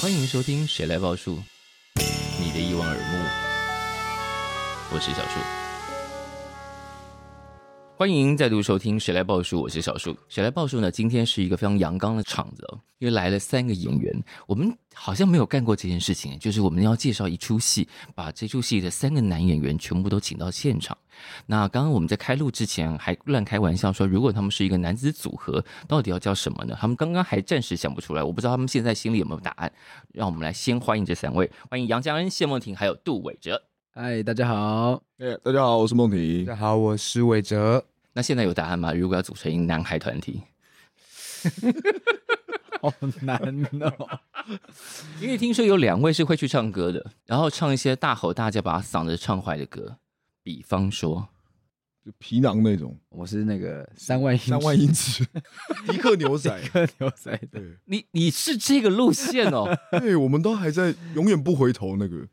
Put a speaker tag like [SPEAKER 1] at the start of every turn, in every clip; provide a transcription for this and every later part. [SPEAKER 1] 欢迎收听《谁来报数》，你的一望而目，我是小树。欢迎再度收听《谁来报数》，我是小树。《谁来报数》呢？今天是一个非常阳刚的场子、哦，因为来了三个演员。我们好像没有干过这件事情，就是我们要介绍一出戏，把这出戏的三个男演员全部都请到现场。那刚刚我们在开录之前还乱开玩笑说，如果他们是一个男子组合，到底要叫什么呢？他们刚刚还暂时想不出来，我不知道他们现在心里有没有答案。让我们来先欢迎这三位，欢迎杨江恩、谢梦婷还有杜伟哲。
[SPEAKER 2] 嗨，大家好，
[SPEAKER 3] 哎、大家好，我是梦
[SPEAKER 4] 大
[SPEAKER 3] 婷。
[SPEAKER 4] 家好，我是伟哲。
[SPEAKER 1] 那现在有答案吗？如果要组成一个男孩团体，
[SPEAKER 2] 好难 哦。
[SPEAKER 1] 因为听说有两位是会去唱歌的，然后唱一些大吼大叫把嗓子唱坏的歌，比方说
[SPEAKER 3] 就皮囊那种，
[SPEAKER 2] 我是那个三万英
[SPEAKER 3] 三万英尺，迪克牛仔。
[SPEAKER 2] 克牛仔的，
[SPEAKER 3] 对，
[SPEAKER 1] 你你是这个路线哦，
[SPEAKER 3] 对，我们都还在永远不回头那个，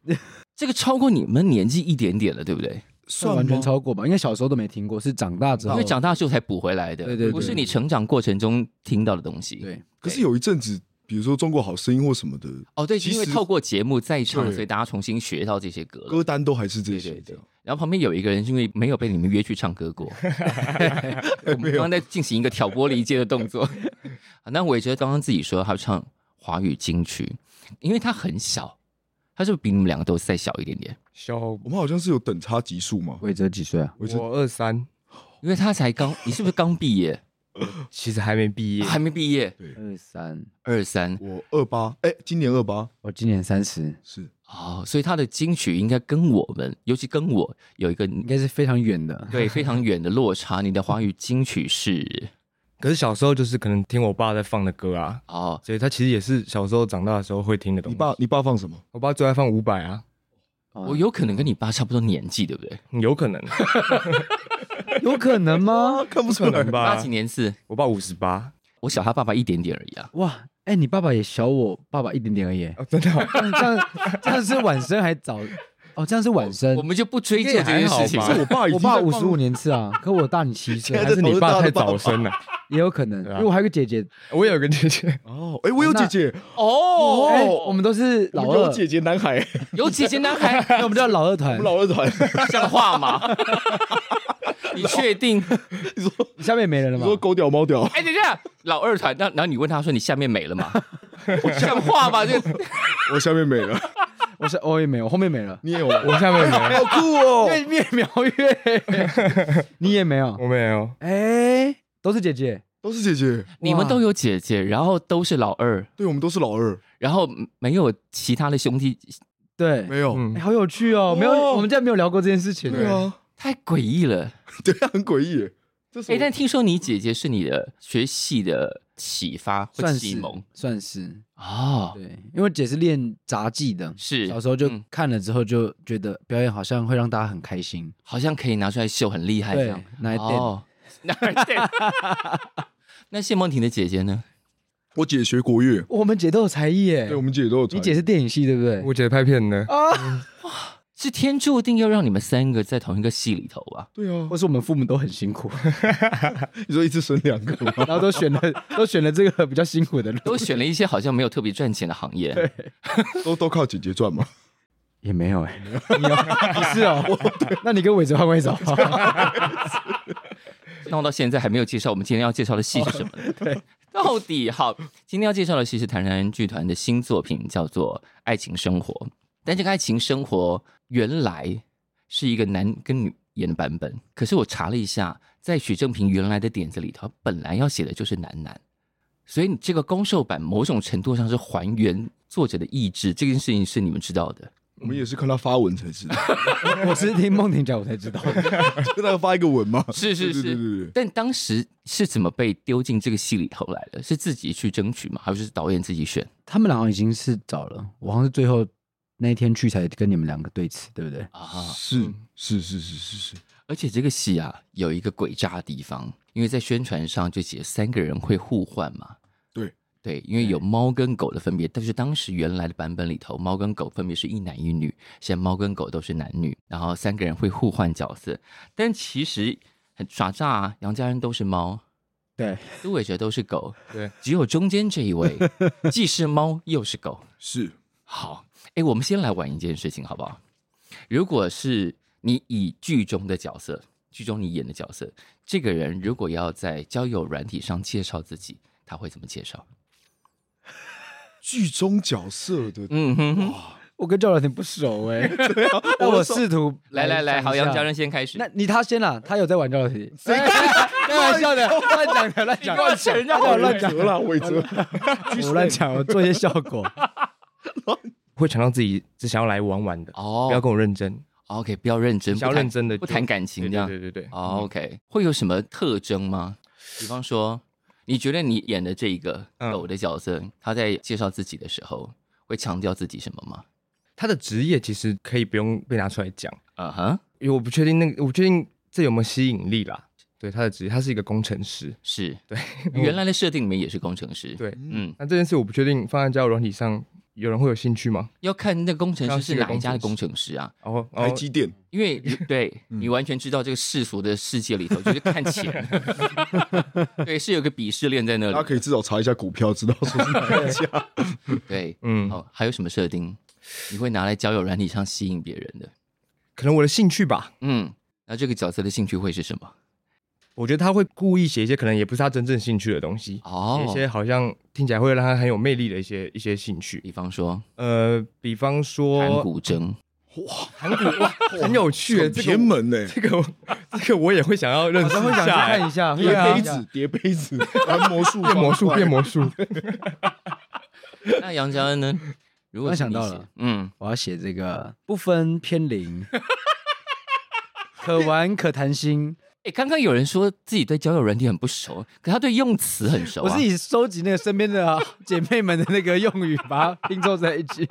[SPEAKER 1] 这个超过你们年纪一点点了，对不对？
[SPEAKER 3] 算
[SPEAKER 2] 完全
[SPEAKER 3] 吗
[SPEAKER 2] 超过吧？应该小时候都没听过，是长大之
[SPEAKER 1] 因
[SPEAKER 2] 后，
[SPEAKER 1] 为长大之后才补回来的，
[SPEAKER 2] 对对对
[SPEAKER 1] 不是你成长过程中听到的东西。
[SPEAKER 2] 对，
[SPEAKER 3] 可是有一阵子，比如说《中国好声音》或什么的，
[SPEAKER 1] 哦，对，
[SPEAKER 3] 其
[SPEAKER 1] 因为
[SPEAKER 3] 实
[SPEAKER 1] 透过节目再唱，
[SPEAKER 3] 对
[SPEAKER 1] 所以大家重新学到这些歌了。
[SPEAKER 3] 歌单都还是这些
[SPEAKER 1] 对对对
[SPEAKER 3] 这样。
[SPEAKER 1] 然后旁边有一个人，是因为没有被你们约去唱歌过，我们刚刚在进行一个挑拨离间的动作。 好那伟哲刚刚自己说他唱华语金曲，因为他很小，他是不是比你们两个都再小一点点，
[SPEAKER 4] 小
[SPEAKER 3] 我们好像是有等差级数嘛，
[SPEAKER 2] 魏哲几岁啊？
[SPEAKER 3] 我是
[SPEAKER 4] 我二三，
[SPEAKER 1] 因为他才刚，你是不是刚毕业？
[SPEAKER 4] 其实还没毕业
[SPEAKER 1] 还没毕业，
[SPEAKER 2] 二三，
[SPEAKER 1] 二三
[SPEAKER 3] 我二八，哎，今年二八
[SPEAKER 2] 我今年三十，
[SPEAKER 3] 是
[SPEAKER 1] 哦，所以他的金曲应该跟我们，尤其跟我有一个
[SPEAKER 2] 应该是非常远的。
[SPEAKER 1] 对非常远的落差。你的华 语金曲是
[SPEAKER 4] 可是小时候就是可能听我爸在放的歌啊，
[SPEAKER 1] 哦，
[SPEAKER 4] 所以他其实也是小时候长大的时候会听的东
[SPEAKER 3] 你
[SPEAKER 4] 西。
[SPEAKER 3] 爸，你爸放什么？
[SPEAKER 4] 我爸最爱放伍佰啊，
[SPEAKER 2] 哦
[SPEAKER 1] 我有可能跟你爸差不多年纪，对不对？
[SPEAKER 4] 有可能，
[SPEAKER 2] 有可能 吗？
[SPEAKER 3] 看不出
[SPEAKER 4] 可
[SPEAKER 3] 来
[SPEAKER 4] 能
[SPEAKER 1] 八
[SPEAKER 4] 吧
[SPEAKER 1] 几。年次，
[SPEAKER 4] 我爸五十八，
[SPEAKER 1] 我小他爸爸一点点而已啊。
[SPEAKER 2] 哇，哎，你爸爸也小我爸爸一点点而已。
[SPEAKER 4] 哦，真 的哦、
[SPEAKER 2] 这样 这样这样是晚生还早？哦，这样是晚生
[SPEAKER 1] 我。们就不追究这件事情
[SPEAKER 4] 呃应该也还好
[SPEAKER 3] 是
[SPEAKER 4] 吧
[SPEAKER 1] 了。
[SPEAKER 3] 我爸已
[SPEAKER 2] 我
[SPEAKER 3] 经在
[SPEAKER 2] 爸
[SPEAKER 3] 放了，
[SPEAKER 2] 五十五年次啊， 可我大你七岁，
[SPEAKER 3] 现
[SPEAKER 2] 还
[SPEAKER 3] 在
[SPEAKER 2] 是
[SPEAKER 4] 是你爸太早
[SPEAKER 3] 头
[SPEAKER 4] 生了。
[SPEAKER 2] 也有可能，因
[SPEAKER 4] 对啊
[SPEAKER 2] 为我还有个姐姐
[SPEAKER 4] 我有个姐姐，
[SPEAKER 3] 哦，哎，我有姐姐，
[SPEAKER 1] 哦
[SPEAKER 2] 哎，我们都是老
[SPEAKER 3] 我有
[SPEAKER 2] 二，
[SPEAKER 3] 姐姐男孩，
[SPEAKER 1] 有姐姐男孩，
[SPEAKER 2] 那我们叫老二团
[SPEAKER 3] 我。老二团，
[SPEAKER 1] 像话吗？你确定？
[SPEAKER 3] 你说
[SPEAKER 2] 你下面没人了
[SPEAKER 3] 你
[SPEAKER 2] 吗？
[SPEAKER 3] 说狗屌猫屌，
[SPEAKER 1] 哎，等一下，老二团，那然后你问他说你下面没了吗？像话吗？这
[SPEAKER 3] 我下面没了，
[SPEAKER 2] 我是我也没有，我后面没了，
[SPEAKER 3] 你也有吗？
[SPEAKER 4] 我下面没有，
[SPEAKER 3] 好酷哦！
[SPEAKER 2] 越越描越， 你也没有，
[SPEAKER 4] 我没有，
[SPEAKER 2] 哎，都是姐姐，
[SPEAKER 3] 都是姐姐，
[SPEAKER 1] 你们都有姐姐，然后都是老二，
[SPEAKER 3] 对我们都是老二，
[SPEAKER 1] 然后没有其他的兄弟，
[SPEAKER 2] 对，
[SPEAKER 3] 没有，
[SPEAKER 4] 嗯
[SPEAKER 2] 哎，好有趣哦，没有，
[SPEAKER 3] 哦
[SPEAKER 2] 我们竟然没有聊过这件事情，
[SPEAKER 3] 对啊，
[SPEAKER 1] 太诡异了。
[SPEAKER 3] 对啊，很诡异耶。这是
[SPEAKER 1] 哎，
[SPEAKER 3] 我
[SPEAKER 1] 但听说你姐姐是你的学戏的启发或
[SPEAKER 2] 算
[SPEAKER 1] 启
[SPEAKER 2] 是
[SPEAKER 1] 蒙
[SPEAKER 2] 算是，
[SPEAKER 1] 哦，
[SPEAKER 2] 对，因为姐是练杂技的，
[SPEAKER 1] 是
[SPEAKER 2] 小时候就
[SPEAKER 1] 嗯
[SPEAKER 2] 看了之后就觉得表演好像会让大家很开心，
[SPEAKER 1] 好像可以拿出来秀，很厉害这样
[SPEAKER 2] 对。，那一点
[SPEAKER 1] 哦， 哪儿电？那谢梦婷的姐姐呢？
[SPEAKER 3] 我姐学国乐，
[SPEAKER 2] 我们姐都有才艺耶
[SPEAKER 3] 对，我们姐都有才艺。
[SPEAKER 2] 你姐是电影系对不对？
[SPEAKER 4] 我姐拍片的，
[SPEAKER 1] 哦是天注定要让你们三个在同一个戏里头啊！
[SPEAKER 3] 对啊
[SPEAKER 2] 或，是我们父母都很辛苦，
[SPEAKER 3] 你说一次生两个 吗？
[SPEAKER 2] 然后都选了都选了这个比较辛苦的路，
[SPEAKER 1] 都选了一些好像没有特别赚钱的行业，
[SPEAKER 3] 都都靠姐姐赚嘛？
[SPEAKER 2] 也没有哎、你有你是 哦，那你跟伟哲换位置好不好？
[SPEAKER 1] 闹到现在还没有介绍我们今天要介绍的戏是什么呢？对， 到底好，今天要介绍的戏是谭然剧团的新作品，叫做《爱情生活》。但这个《爱情生活》原来是一个男跟女演的版本，可是我查了一下，在许正平原来的点子里头，本来要写的就是男男，所以你这个公售版某种程度上是还原作者的意志，这件事情是你们知道的。
[SPEAKER 3] 我们也是看她发文才知道，
[SPEAKER 2] 我是听梦婷讲我才知道，
[SPEAKER 3] 就她发一个文嘛。
[SPEAKER 1] 是是
[SPEAKER 3] 对
[SPEAKER 1] 是
[SPEAKER 3] 对对对对。
[SPEAKER 1] 但当时是怎么被丢进这个戏里头来的？是自己去争取吗？还是导演自己选？
[SPEAKER 2] 他们两个已经是找了，我好像是最后那一天去才跟你们两个对峙，对不对？
[SPEAKER 1] 啊，
[SPEAKER 3] 是是是是是是，
[SPEAKER 1] 而且这个戏啊有一个诡诈的地方，因为在宣传上就写三个人会互换嘛。
[SPEAKER 3] 对
[SPEAKER 1] 对，因为有猫跟狗的分别，但是当时原来的版本里头，猫跟狗分别是一男一女，现在猫跟狗都是男女，然后三个人会互换角色。但其实很耍诈啊，杨家人都是猫，
[SPEAKER 2] 对，
[SPEAKER 1] 杜伟哲都是狗，
[SPEAKER 4] 对，
[SPEAKER 1] 只有中间这一位 既是猫又是狗。
[SPEAKER 3] 是
[SPEAKER 1] 好，哎，我们先来玩一件事情，好不好？如果是你以剧中的角色，剧中你演的角色，这个人如果要在交友软体上介绍自己，他会怎么介绍？
[SPEAKER 3] 剧中角色的
[SPEAKER 1] 嗯哼哼，
[SPEAKER 2] 我跟赵老师不熟 哎、那我试图
[SPEAKER 1] 来来来，好，
[SPEAKER 2] 像
[SPEAKER 1] 杨家人先开始。
[SPEAKER 2] 那你他先啦，他有在玩赵老师， 开玩笑的，乱讲的，乱讲，
[SPEAKER 1] 你给我承认
[SPEAKER 2] 大家有乱讲
[SPEAKER 3] 哲啦，伟哲，
[SPEAKER 2] 我乱讲，我做一些效 果。
[SPEAKER 4] 会强调自己只想要来玩玩的，不要
[SPEAKER 1] 哦
[SPEAKER 4] 跟我认真，
[SPEAKER 1] ，OK，不要认真，
[SPEAKER 4] 想要
[SPEAKER 1] 不谈
[SPEAKER 4] 认真的
[SPEAKER 1] 不
[SPEAKER 4] 就
[SPEAKER 1] 谈感情
[SPEAKER 4] 对
[SPEAKER 1] 这样。
[SPEAKER 4] 对对对对，
[SPEAKER 1] 哦，OK，会有什么特征吗？比方说，你觉得你演的这一个
[SPEAKER 4] 嗯
[SPEAKER 1] 狗的角色，他在介绍自己的时候会强调自己什么吗？
[SPEAKER 4] 他的职业其实可以不用被拿出来讲，
[SPEAKER 1] 嗯哼，
[SPEAKER 4] 因为我不确定那个，我不确定这有没有吸引力啦。对他的职业，他是一个工程师，
[SPEAKER 1] 是
[SPEAKER 4] 对，
[SPEAKER 1] 原来的设定里面也是工程师。，
[SPEAKER 4] 对。
[SPEAKER 1] 嗯，
[SPEAKER 4] 那这件事我不确定放在交友软体上，有人会有兴趣吗？哦
[SPEAKER 1] 要看那个工程师
[SPEAKER 4] 刚刚
[SPEAKER 1] 是
[SPEAKER 4] 是一个
[SPEAKER 1] 哪一家的工
[SPEAKER 4] 工嗯
[SPEAKER 1] 程师啊？
[SPEAKER 4] 然后，然
[SPEAKER 3] 台
[SPEAKER 4] 后
[SPEAKER 3] 积电
[SPEAKER 1] 因为你对你完全知道这个世俗的世界里头，就是看 钱，对，是有个鄙视链在那
[SPEAKER 3] 大家
[SPEAKER 1] 里。
[SPEAKER 3] 可以至少查一下股票，知道说是哪一家。
[SPEAKER 1] 对，
[SPEAKER 4] 嗯，
[SPEAKER 1] 哦，还有什么设定你会拿来交友软体上吸引别人的？
[SPEAKER 4] 可能我的兴趣吧。
[SPEAKER 1] 嗯，那这个角色的兴趣会是什么？
[SPEAKER 4] 我觉得他会故意写一些可能也不是他真正兴趣的东西，
[SPEAKER 1] 哦
[SPEAKER 4] 写一些好像听起来会让他很有魅力的一些一些兴趣。
[SPEAKER 1] 比方说
[SPEAKER 4] 呃，比方说
[SPEAKER 1] 弹古筝，
[SPEAKER 4] 韩股哇，很有趣耶，
[SPEAKER 3] 很
[SPEAKER 4] 这
[SPEAKER 3] 偏
[SPEAKER 4] 个
[SPEAKER 3] 门呢，
[SPEAKER 4] 这个我这个我也会想要认识
[SPEAKER 2] 我
[SPEAKER 4] 一
[SPEAKER 2] 会想去
[SPEAKER 4] 下
[SPEAKER 2] 看
[SPEAKER 4] 耶，
[SPEAKER 2] 一下，
[SPEAKER 3] 叠
[SPEAKER 2] 对啊
[SPEAKER 3] 杯子，叠杯子，玩魔术，
[SPEAKER 4] 变魔术，变魔术，
[SPEAKER 1] 那杨家恩呢？如果
[SPEAKER 2] 我
[SPEAKER 1] 是
[SPEAKER 2] 想
[SPEAKER 1] 你
[SPEAKER 2] 到
[SPEAKER 1] 写
[SPEAKER 2] 了，
[SPEAKER 1] 嗯，
[SPEAKER 2] 我要写这个不分偏零，可玩可谈心。
[SPEAKER 1] 哎，刚刚有人说自己对交友软体很不熟，可他对用词很熟、啊。
[SPEAKER 2] 我是以收集那个身边的姐妹们的那个用语，把它拼凑在一起。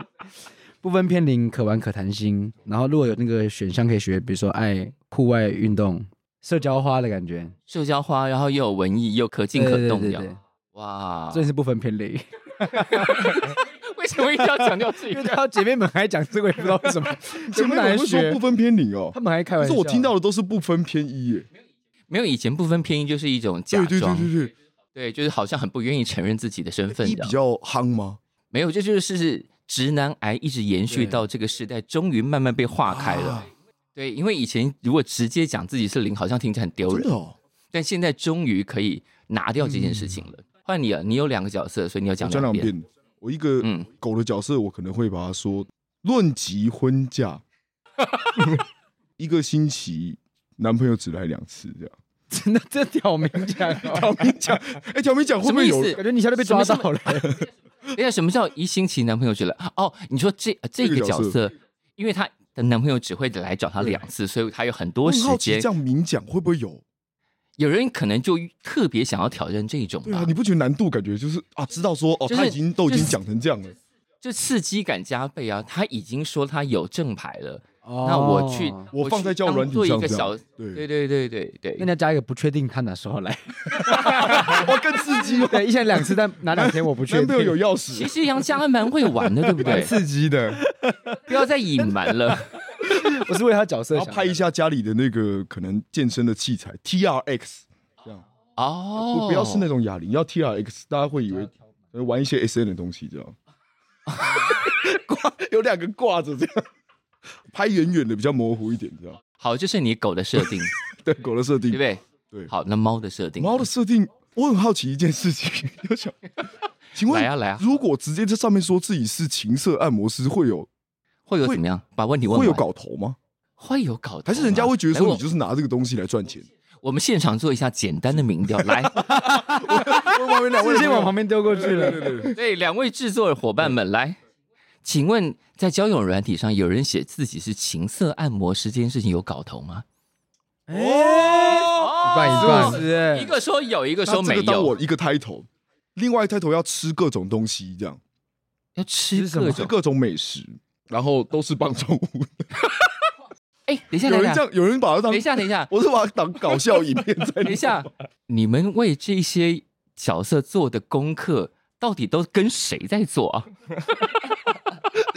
[SPEAKER 2] 不分偏零，可玩可谈心。然后如果有那个选项可以学，比如说爱户外运动、社交花的感觉，
[SPEAKER 1] 社交花，然后又有文艺，又可进可动啊这
[SPEAKER 2] 对对对
[SPEAKER 1] 样。
[SPEAKER 2] 对
[SPEAKER 1] 哇，
[SPEAKER 2] 真的是不分偏零。
[SPEAKER 1] 为什么一定要强调自己
[SPEAKER 2] 因为他姐妹们还讲这个，也不知道为什么，
[SPEAKER 3] 前面我
[SPEAKER 2] 来
[SPEAKER 3] 会说
[SPEAKER 2] 学
[SPEAKER 3] 不，分偏零哦
[SPEAKER 2] 他，们还开
[SPEAKER 3] 可
[SPEAKER 2] 玩
[SPEAKER 3] 是
[SPEAKER 2] 笑。
[SPEAKER 3] 我听到的都是不分偏一耶。
[SPEAKER 1] 没有以前不分偏一就是一种假
[SPEAKER 3] 对
[SPEAKER 1] 装，
[SPEAKER 3] 对对对对，
[SPEAKER 1] 对就是好像很不愿意承认自己的身份
[SPEAKER 3] 一
[SPEAKER 1] 这
[SPEAKER 3] 比
[SPEAKER 1] 样。
[SPEAKER 3] 较夯吗？
[SPEAKER 1] 没有，这就是直男癌一直延续
[SPEAKER 2] 对
[SPEAKER 1] 到这个时代，终于慢慢被化开了。
[SPEAKER 3] 啊
[SPEAKER 1] 对，因为以前如果直接讲自己是零，好像听起来很丢
[SPEAKER 3] 真
[SPEAKER 1] 人
[SPEAKER 3] 的，哦，
[SPEAKER 1] 但现在终于可以拿掉这件事情了。换你了，你有两个角色，所以你要
[SPEAKER 3] 我
[SPEAKER 1] 讲
[SPEAKER 3] 讲
[SPEAKER 1] 两
[SPEAKER 3] 嗯两
[SPEAKER 1] 遍。
[SPEAKER 3] 遍。我一个
[SPEAKER 1] 嗯
[SPEAKER 3] 狗的角色，我可能会把它说论及婚 嫁，一个星期男朋友只来两次这样。
[SPEAKER 2] 真的这挑明讲哦，
[SPEAKER 3] 小明讲， 哎，小明讲会不会
[SPEAKER 1] 什
[SPEAKER 3] 有
[SPEAKER 1] 么意思
[SPEAKER 2] 感觉你一下就被抓 到了。
[SPEAKER 1] 哎呀，什么叫一星期男朋友只来？哦，你说这呃这
[SPEAKER 3] 这
[SPEAKER 1] 个
[SPEAKER 3] 个
[SPEAKER 1] 角
[SPEAKER 3] 角
[SPEAKER 1] 色，因为她的男朋友只会来找她两次，所以她有很多
[SPEAKER 3] 我很
[SPEAKER 1] 时
[SPEAKER 3] 好奇
[SPEAKER 1] 间
[SPEAKER 3] 这。样明讲会不会有？
[SPEAKER 1] 有人可能就特别想要挑战这种
[SPEAKER 3] 对啊
[SPEAKER 1] 吧，，
[SPEAKER 3] 你不觉得难度感觉就是啊，知道说哦，
[SPEAKER 1] 就是
[SPEAKER 3] 他已经都已
[SPEAKER 1] 就
[SPEAKER 3] 经
[SPEAKER 1] 是
[SPEAKER 3] 讲成这样了，
[SPEAKER 1] 就刺激感加倍啊！她已经说她有正牌了，那
[SPEAKER 2] 那
[SPEAKER 1] 我去，
[SPEAKER 3] 哦我放
[SPEAKER 1] 去
[SPEAKER 3] 在交友
[SPEAKER 1] 当
[SPEAKER 3] 软体
[SPEAKER 1] 做一
[SPEAKER 3] 上
[SPEAKER 1] 个
[SPEAKER 3] 这样
[SPEAKER 1] 小，对
[SPEAKER 3] 对，
[SPEAKER 1] 对对对
[SPEAKER 2] 那
[SPEAKER 1] 对
[SPEAKER 2] 你。要加一个不确定他哪时候来，
[SPEAKER 3] 哇，更刺激哦。
[SPEAKER 2] 对，一下两次，但哪两天我不确
[SPEAKER 3] 男朋友有
[SPEAKER 2] 定。
[SPEAKER 3] 钥
[SPEAKER 1] 其
[SPEAKER 3] 匙，
[SPEAKER 1] 实杨家恩蛮会玩的，对 不对？
[SPEAKER 4] 刺激的。
[SPEAKER 1] 不要再隐瞒了。
[SPEAKER 2] 我是为他角色
[SPEAKER 3] 然后
[SPEAKER 2] 想的，
[SPEAKER 3] 拍一下家里的那个可能健身的器材 T R X，
[SPEAKER 1] 哦
[SPEAKER 3] 不，不要是那种哑铃，要 T R X，大家会以为呃玩一些 S N 的东西这样。
[SPEAKER 1] 哦
[SPEAKER 3] 挂有两个挂着这样，拍远远的比较模糊一点这样。
[SPEAKER 1] 好，这是你狗的设 定，
[SPEAKER 3] 对，狗的设
[SPEAKER 1] 对不
[SPEAKER 3] 定，
[SPEAKER 1] 对？
[SPEAKER 3] 对
[SPEAKER 1] 好，那猫的设定，
[SPEAKER 3] 猫的设定，我很好奇一件事情， 就想，请问
[SPEAKER 1] 来啊来啊
[SPEAKER 3] 如果直接在上面说自己是情色按摩师，会有
[SPEAKER 1] 会有怎么样？把问题问
[SPEAKER 3] 会有
[SPEAKER 1] 完
[SPEAKER 3] 搞头吗？
[SPEAKER 1] 会有搞头吗，
[SPEAKER 3] 还是人家会觉得
[SPEAKER 1] 来
[SPEAKER 3] 说
[SPEAKER 1] 我
[SPEAKER 3] 你就是拿这个东西来赚 钱？
[SPEAKER 1] 我们现场做一下简单的 民调，来，
[SPEAKER 3] 旁边两
[SPEAKER 2] 视线往旁边丢过去了。
[SPEAKER 1] 对两位制作伙伴们来，请问在交友软体上有人写自己是情色按摩师这件事情有搞头吗？
[SPEAKER 2] 哦，
[SPEAKER 1] 一
[SPEAKER 4] 半哎一半
[SPEAKER 2] 是哎
[SPEAKER 1] 哦一个说有，一个说
[SPEAKER 3] 那这
[SPEAKER 1] 没
[SPEAKER 3] 个当
[SPEAKER 1] 有
[SPEAKER 3] 我，一个 title，另外 title 要吃各种东西，这样
[SPEAKER 1] 要吃
[SPEAKER 2] 是什么
[SPEAKER 1] 各
[SPEAKER 3] 吃
[SPEAKER 1] 种。
[SPEAKER 3] 各种美食，然后都是棒 中物。
[SPEAKER 1] 哎，等一下，
[SPEAKER 3] 有
[SPEAKER 1] 等一
[SPEAKER 3] 人这
[SPEAKER 1] 下，
[SPEAKER 3] 样，有人把它当
[SPEAKER 1] 等一，下，等一下，
[SPEAKER 3] 我是把它当 搞 笑影片 在
[SPEAKER 1] 等一下，你们为这些角色做的功课到底都跟谁在做 啊？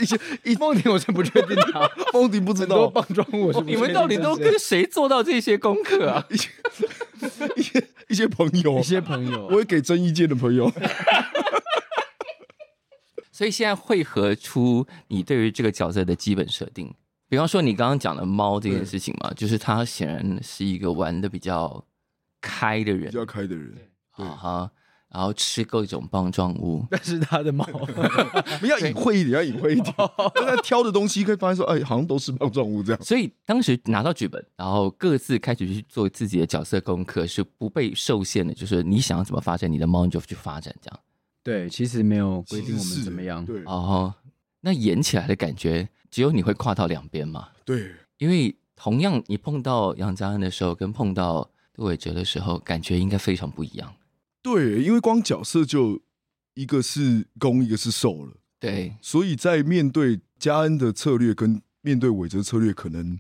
[SPEAKER 3] 一些一
[SPEAKER 2] 梦婷我是不确定啊，
[SPEAKER 3] 风迪不知
[SPEAKER 2] 很多
[SPEAKER 3] 道，
[SPEAKER 2] 棒状物我是不
[SPEAKER 1] 你
[SPEAKER 2] 确定
[SPEAKER 1] 们到底都跟谁做到这些功课 啊？
[SPEAKER 3] 一些一些一些朋友
[SPEAKER 2] 一，些朋友，，
[SPEAKER 3] 我也给真意见的朋友，
[SPEAKER 1] 所以现在汇合出你对于这个角色的基本设定。比方说你刚刚讲的猫这件事情嘛，就是他显然是一个玩的比较开的人
[SPEAKER 3] 比较开的人，
[SPEAKER 1] 啊哈，然后吃各种棒状物
[SPEAKER 2] 但是他的猫，
[SPEAKER 3] 不要隐晦一点，要隐晦一点。 但他挑的东西可以发现说，哎，好像都是棒状物这样。
[SPEAKER 1] 所以当时拿到剧本，然后各自开始去做自己的角色功课，是不被受限的，就是你想要怎么发展你的猫，你就去发展这样。
[SPEAKER 2] 对，其实没有规定我
[SPEAKER 3] 其实
[SPEAKER 2] 们
[SPEAKER 3] 是
[SPEAKER 2] 怎么样，嗯
[SPEAKER 3] 对
[SPEAKER 1] 哦，那演起来的感觉，只有你会跨到两边嘛？
[SPEAKER 3] 对，
[SPEAKER 1] 因为同样你碰到杨家恩的时候，跟碰到杜伟哲的时候，感觉应该非常不一样。
[SPEAKER 3] 对，因为光角色就一个是攻，一个是受了，
[SPEAKER 1] 对，
[SPEAKER 3] 所以在面对嘉恩的策略跟面对伟哲策略，可能，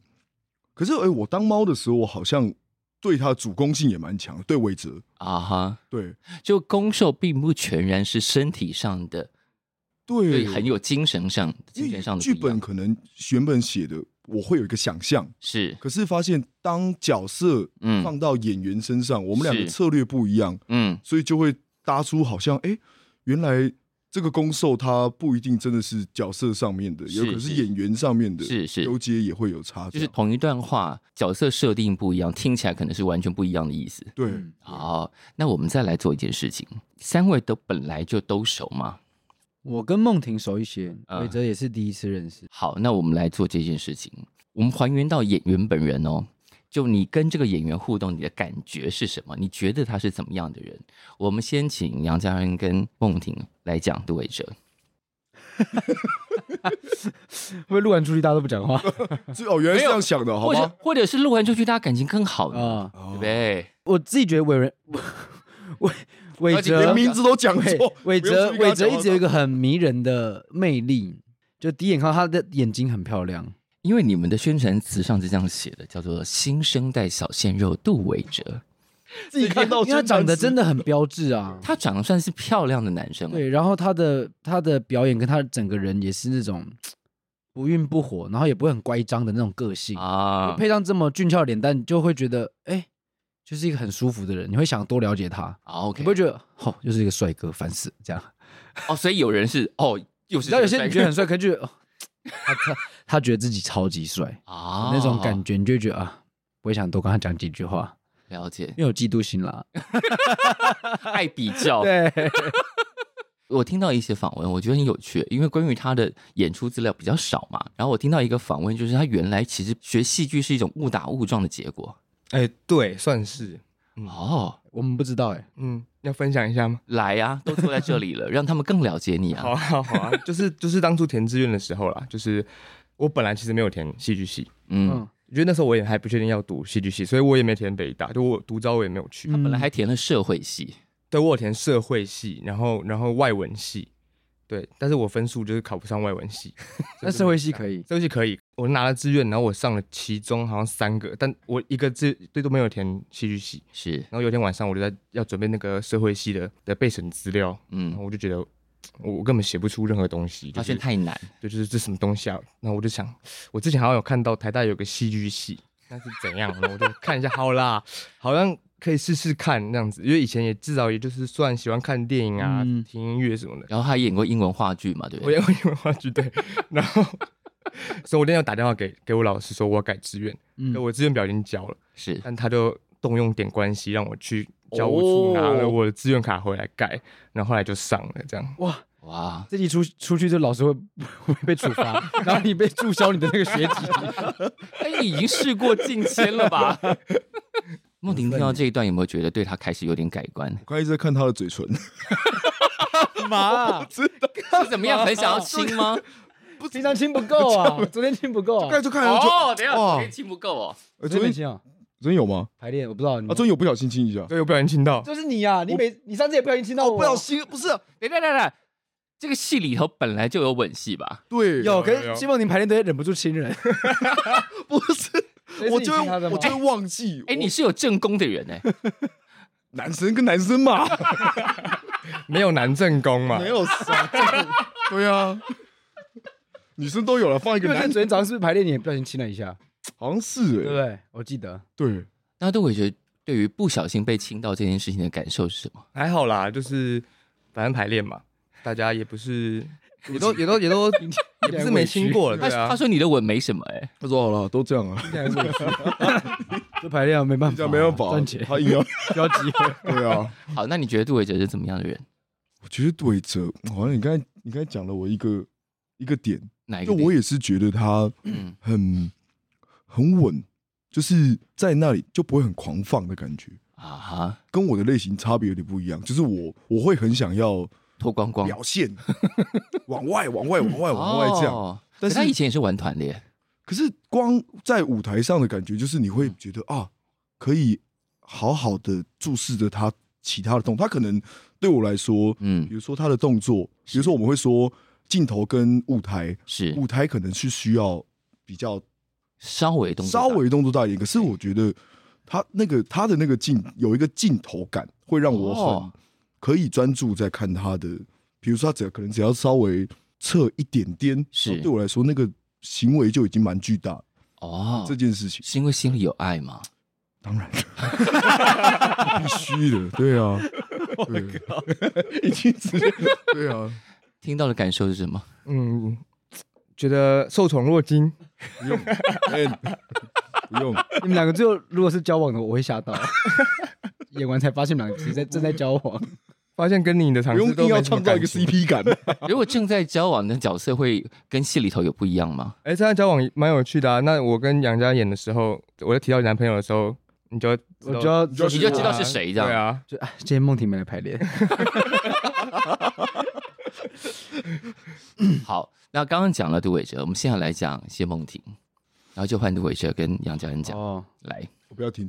[SPEAKER 3] 可是哎、我当猫的时候，我好像对他主攻性也蛮强，对伟哲，
[SPEAKER 1] 啊哈，
[SPEAKER 3] 对
[SPEAKER 1] 就攻受并不全然是身体上的，
[SPEAKER 3] 对，
[SPEAKER 1] 对，很有精神上、
[SPEAKER 3] 因
[SPEAKER 1] 精神上
[SPEAKER 3] 为
[SPEAKER 1] 的
[SPEAKER 3] 剧
[SPEAKER 1] 不一样
[SPEAKER 3] 本可能原本写的我会有一个想象，
[SPEAKER 1] 是，
[SPEAKER 3] 可是发现当角色
[SPEAKER 1] 嗯
[SPEAKER 3] 放到演员身上，我们两个
[SPEAKER 1] 是
[SPEAKER 3] 策略不一样，
[SPEAKER 1] 嗯，
[SPEAKER 3] 所以就会搭出好像哎、诶原来这个攻受它不一定真的是角色上面的，
[SPEAKER 1] 是
[SPEAKER 3] 有可能是
[SPEAKER 1] 是
[SPEAKER 3] 演员上面的，
[SPEAKER 1] 是是
[SPEAKER 3] 纠结也会有差
[SPEAKER 1] 就
[SPEAKER 3] 这
[SPEAKER 1] 是
[SPEAKER 3] 样，
[SPEAKER 1] 同一段话，角色设定不一样，听起来可能是完全不一样的意思。
[SPEAKER 3] 对、
[SPEAKER 2] 嗯
[SPEAKER 1] 好，那我们再来做一件事情，三位都本来就都熟嘛。
[SPEAKER 2] 我跟梦婷熟一些，
[SPEAKER 1] 啊
[SPEAKER 2] 伟哲也是第一次认识，
[SPEAKER 1] 好，那我们来做这件事情，我们还原到演员本人哦。就你跟这个演员互动，你的感觉是什么？你觉得他是怎么样的人？我们先请杨家人跟梦婷来讲杜伟哲。
[SPEAKER 2] 会不会录完出去大家都不讲话
[SPEAKER 3] 最哦原来是这样想的，好
[SPEAKER 1] 或者
[SPEAKER 3] 吧？
[SPEAKER 1] 或者是录完之后，大家感情更好呢，
[SPEAKER 2] 啊？
[SPEAKER 1] 对不对？
[SPEAKER 2] 我自己觉得伟人 伟伟哲
[SPEAKER 3] 连名字都讲错，
[SPEAKER 2] 伟
[SPEAKER 3] 不用
[SPEAKER 2] 哲
[SPEAKER 3] 注意跟
[SPEAKER 2] 伟
[SPEAKER 3] 他讲
[SPEAKER 2] 哲
[SPEAKER 3] 话
[SPEAKER 2] 一直有一个很迷人的魅力，就第一眼看到他的眼睛很漂亮，
[SPEAKER 1] 因为你们的宣传词上是这样写的，叫做“新生代小鲜肉杜伟哲
[SPEAKER 3] 自己看到
[SPEAKER 2] 因为他长得真
[SPEAKER 3] 的
[SPEAKER 2] 的很标致 啊”，。
[SPEAKER 1] 他长得算是漂亮的男生，
[SPEAKER 2] 对，然后他的他的表演跟他整个人也是那种不愠不火，然后也不会很乖张的那种个性，
[SPEAKER 1] 啊，
[SPEAKER 2] 配上这么俊俏的脸蛋，你就会觉得哎、就是一个很舒服的人，你会想多了解他。
[SPEAKER 1] 好
[SPEAKER 2] 你
[SPEAKER 1] OK，
[SPEAKER 2] 不会觉得，哦，又是一个帅哥，烦死了这样。
[SPEAKER 1] 哦，所以有人是哦，又是
[SPEAKER 2] 然后有些
[SPEAKER 1] 这
[SPEAKER 2] 人
[SPEAKER 1] 个
[SPEAKER 2] 觉得
[SPEAKER 1] 帅
[SPEAKER 2] 很帅，可能觉得、哦、他他他觉得自己超级帅，
[SPEAKER 1] 哥啊
[SPEAKER 2] 那种感觉，你就会觉得啊，我也想多跟他讲几句话，
[SPEAKER 1] 了解，
[SPEAKER 2] 因为有嫉妒心啦。哦
[SPEAKER 1] 爱比较，
[SPEAKER 2] 对，
[SPEAKER 1] 我听到一些访问，我觉得很有趣，因为关于他的演出资料比较少嘛。然后我听到一个访问，就是他原来其实学戏剧是一种误打误撞的结果。
[SPEAKER 4] 哎，对，算是，
[SPEAKER 1] 哦，
[SPEAKER 2] 我们不知道哎、
[SPEAKER 4] 嗯，要分享一下吗？
[SPEAKER 1] 来 呀、都坐在这里了，让他们更了解你
[SPEAKER 4] 好
[SPEAKER 1] 啊。
[SPEAKER 4] 啊，好啊好啊，就是就是当初填志愿的时候啦，就是我本来其实没有填戏剧系，
[SPEAKER 1] 嗯，
[SPEAKER 2] 嗯，
[SPEAKER 4] 因为那时候我也还不确定要读戏剧系，所以我也没填北大，就我读招我也没有去。
[SPEAKER 2] 嗯，
[SPEAKER 1] 本来还填了社会系，
[SPEAKER 4] 对我有填社会系，然后然后外文系，对，但是我分数就是考不上外文系
[SPEAKER 2] 那社会系可以，
[SPEAKER 4] 社会系可以，我拿了志愿，然后我上了其中好像三个，但我一个志对都没有填戏剧系。
[SPEAKER 1] 是
[SPEAKER 4] 然后有一天晚上我就在要准备那个社会系的的备审资料，
[SPEAKER 2] 哦
[SPEAKER 4] 然后
[SPEAKER 1] 嗯，
[SPEAKER 4] 我就觉得我我根本写不出任何东西，就
[SPEAKER 1] 发
[SPEAKER 4] 是
[SPEAKER 1] 现太难，
[SPEAKER 4] 对，就是这什么东西啊？然后我就想，我之前好像有看到台大有个戏剧系，那是怎样？然后我就看一下，好啦，好像可以试试看那样子，因为以前也至少也就是算喜欢看电影啊、
[SPEAKER 2] 嗯
[SPEAKER 4] 听音乐什么的。
[SPEAKER 1] 然后他还演过英文话剧嘛，对不
[SPEAKER 4] 我也
[SPEAKER 1] 对？
[SPEAKER 4] 会因为话剧队，然后，所以我那天有打电话给给我老师说我要改志愿，
[SPEAKER 2] 嗯
[SPEAKER 4] 可，我志愿表已经交了，
[SPEAKER 1] 是
[SPEAKER 4] 但他就动用点关系让我去教务处拿
[SPEAKER 2] 哦
[SPEAKER 4] 了我的志愿卡回来改，然后后来就上了这样。
[SPEAKER 2] 哇，
[SPEAKER 1] 哇，
[SPEAKER 2] 这集出出去，这老师会 会被处罚，然后你被注销你的那个学籍。
[SPEAKER 1] 哎，你已经事过境迁了吧？ 梦婷听到这一段有没有觉得对他开始有点改观？
[SPEAKER 3] 我刚才一直在看他的嘴唇，
[SPEAKER 2] 妈，
[SPEAKER 1] 是怎么样？很想要亲 吗？
[SPEAKER 2] 平常亲不够啊，昨天亲不够
[SPEAKER 3] 刚才
[SPEAKER 2] 啊，
[SPEAKER 3] 就看他哎就
[SPEAKER 1] 哦，等一下，
[SPEAKER 3] 哇
[SPEAKER 1] 昨天亲不够哦。
[SPEAKER 3] 哎
[SPEAKER 2] 昨天
[SPEAKER 3] 昨
[SPEAKER 2] 哦
[SPEAKER 3] 天
[SPEAKER 2] 亲啊，
[SPEAKER 3] 昨天有吗？
[SPEAKER 2] 排练我不知道，你
[SPEAKER 3] 啊，昨天有不小心亲一下，哦
[SPEAKER 4] 对，我不小心听到，
[SPEAKER 2] 就是你呀，你每你上哦次也不小心亲到我，
[SPEAKER 3] 不小心不是啊
[SPEAKER 1] 等等等等，这个戏里头本来就有吻戏吧？
[SPEAKER 3] 对，哎
[SPEAKER 2] 有，可
[SPEAKER 4] 有有
[SPEAKER 2] 是西蒙宁排练都会忍不住亲人，
[SPEAKER 3] 不是。我就会我就
[SPEAKER 2] 就
[SPEAKER 3] 会忘记，
[SPEAKER 1] 哎、
[SPEAKER 3] 我
[SPEAKER 1] 你是有正宫的人哎、
[SPEAKER 3] 男生跟男生嘛，
[SPEAKER 4] 没有男正宫嘛
[SPEAKER 3] 没，有啥，这个对啊，女生都有了，放一
[SPEAKER 2] 因
[SPEAKER 3] 个
[SPEAKER 2] 为
[SPEAKER 3] 男
[SPEAKER 2] 昨，天早上是不是排练你也不小心亲了一下，
[SPEAKER 3] 好像是
[SPEAKER 2] 对不
[SPEAKER 3] 哎、
[SPEAKER 2] 对？我记得
[SPEAKER 3] 对，
[SPEAKER 1] 那对伟觉得对于不小心被亲到这件事情的感受是什么？
[SPEAKER 4] 还好啦，就是反正排练嘛，大家也不是，也都也都也都 也不是没亲过了，
[SPEAKER 1] 他
[SPEAKER 4] 对啊
[SPEAKER 1] 他，说你的吻没什么哎、
[SPEAKER 3] 他说好了，都这样啊，
[SPEAKER 2] 就排练啊没办
[SPEAKER 3] 这
[SPEAKER 2] 法啊，
[SPEAKER 3] 样没办法啊，
[SPEAKER 2] 赚钱
[SPEAKER 3] 他 硬要，
[SPEAKER 2] 需要机会。
[SPEAKER 3] 对啊。
[SPEAKER 1] 好，那你觉得杜伟哲是怎么样的人？
[SPEAKER 3] 我觉得对折，好像你刚才你刚才讲了我一个一个点，
[SPEAKER 1] 哪一个
[SPEAKER 3] 就
[SPEAKER 1] 点？
[SPEAKER 3] 我也是觉得他
[SPEAKER 1] 嗯
[SPEAKER 3] 很很稳，就是在那里就不会很狂放的感觉，
[SPEAKER 1] 啊哈，
[SPEAKER 3] 跟我的类型差别有点不一样。就是我我会很想要
[SPEAKER 1] 脱光光，
[SPEAKER 3] 表现，往外往外往外往外这样。
[SPEAKER 1] 哦
[SPEAKER 3] 但
[SPEAKER 1] 可他以
[SPEAKER 3] 是
[SPEAKER 1] 前也是玩团的耶，
[SPEAKER 3] 可是光在舞台上的感觉，就是你会觉得啊，可以好好的注视着他其他的动作，他可能对我来说，
[SPEAKER 1] 嗯
[SPEAKER 3] 比，如说他的动作，比如说我们会说镜头跟舞台，
[SPEAKER 1] 是
[SPEAKER 3] 舞台可能是需要比较
[SPEAKER 1] 稍微动作
[SPEAKER 3] 稍
[SPEAKER 1] 大
[SPEAKER 3] 微动作大一点，可是我觉得他那个他的那个镜有一个镜头感，会让我很
[SPEAKER 1] 哦
[SPEAKER 3] 可以专注在看他的，比如说他只要可能只要稍微侧一点点，
[SPEAKER 1] 是
[SPEAKER 3] 然后对我来说那个行为就已经蛮巨大了
[SPEAKER 1] 哦
[SPEAKER 3] 这，件事情，
[SPEAKER 1] 是因为心里有爱吗？
[SPEAKER 3] 当然必须 的，对啊，
[SPEAKER 1] Oh
[SPEAKER 3] 对，已经直接对啊，
[SPEAKER 1] 听到的感受是什么？
[SPEAKER 4] 嗯，觉得受宠若惊，
[SPEAKER 3] 不用，哎不 用，
[SPEAKER 2] 你们两个最后如果是交往的，我会吓到。 演完才发现，两个其实在正在交往，
[SPEAKER 4] 发现跟你的场
[SPEAKER 3] 不用
[SPEAKER 4] 次
[SPEAKER 3] 硬
[SPEAKER 4] 都
[SPEAKER 3] 要
[SPEAKER 4] 没什么
[SPEAKER 3] 创造一
[SPEAKER 4] 感
[SPEAKER 3] 个
[SPEAKER 4] 情
[SPEAKER 3] CP 感。
[SPEAKER 1] 如果正在交往的角色会跟戏里头有不一样吗？
[SPEAKER 4] 哎、这样交往蛮有趣的啊。那我跟杨家演的时候，我在提到你男朋友的时候，你就
[SPEAKER 2] 我就要
[SPEAKER 3] 就
[SPEAKER 1] 你
[SPEAKER 3] 是
[SPEAKER 1] 就
[SPEAKER 3] 我
[SPEAKER 1] 知道是谁这
[SPEAKER 4] 啊对
[SPEAKER 1] 样。
[SPEAKER 4] 啊，
[SPEAKER 2] 就哎，今天梦婷没来排练，
[SPEAKER 1] 好，那刚刚讲了杜伟哲，我们现在来讲谢梦婷，然后就换杜伟哲跟杨家人讲、
[SPEAKER 2] 哦，哎
[SPEAKER 1] 来。
[SPEAKER 3] 我不要听，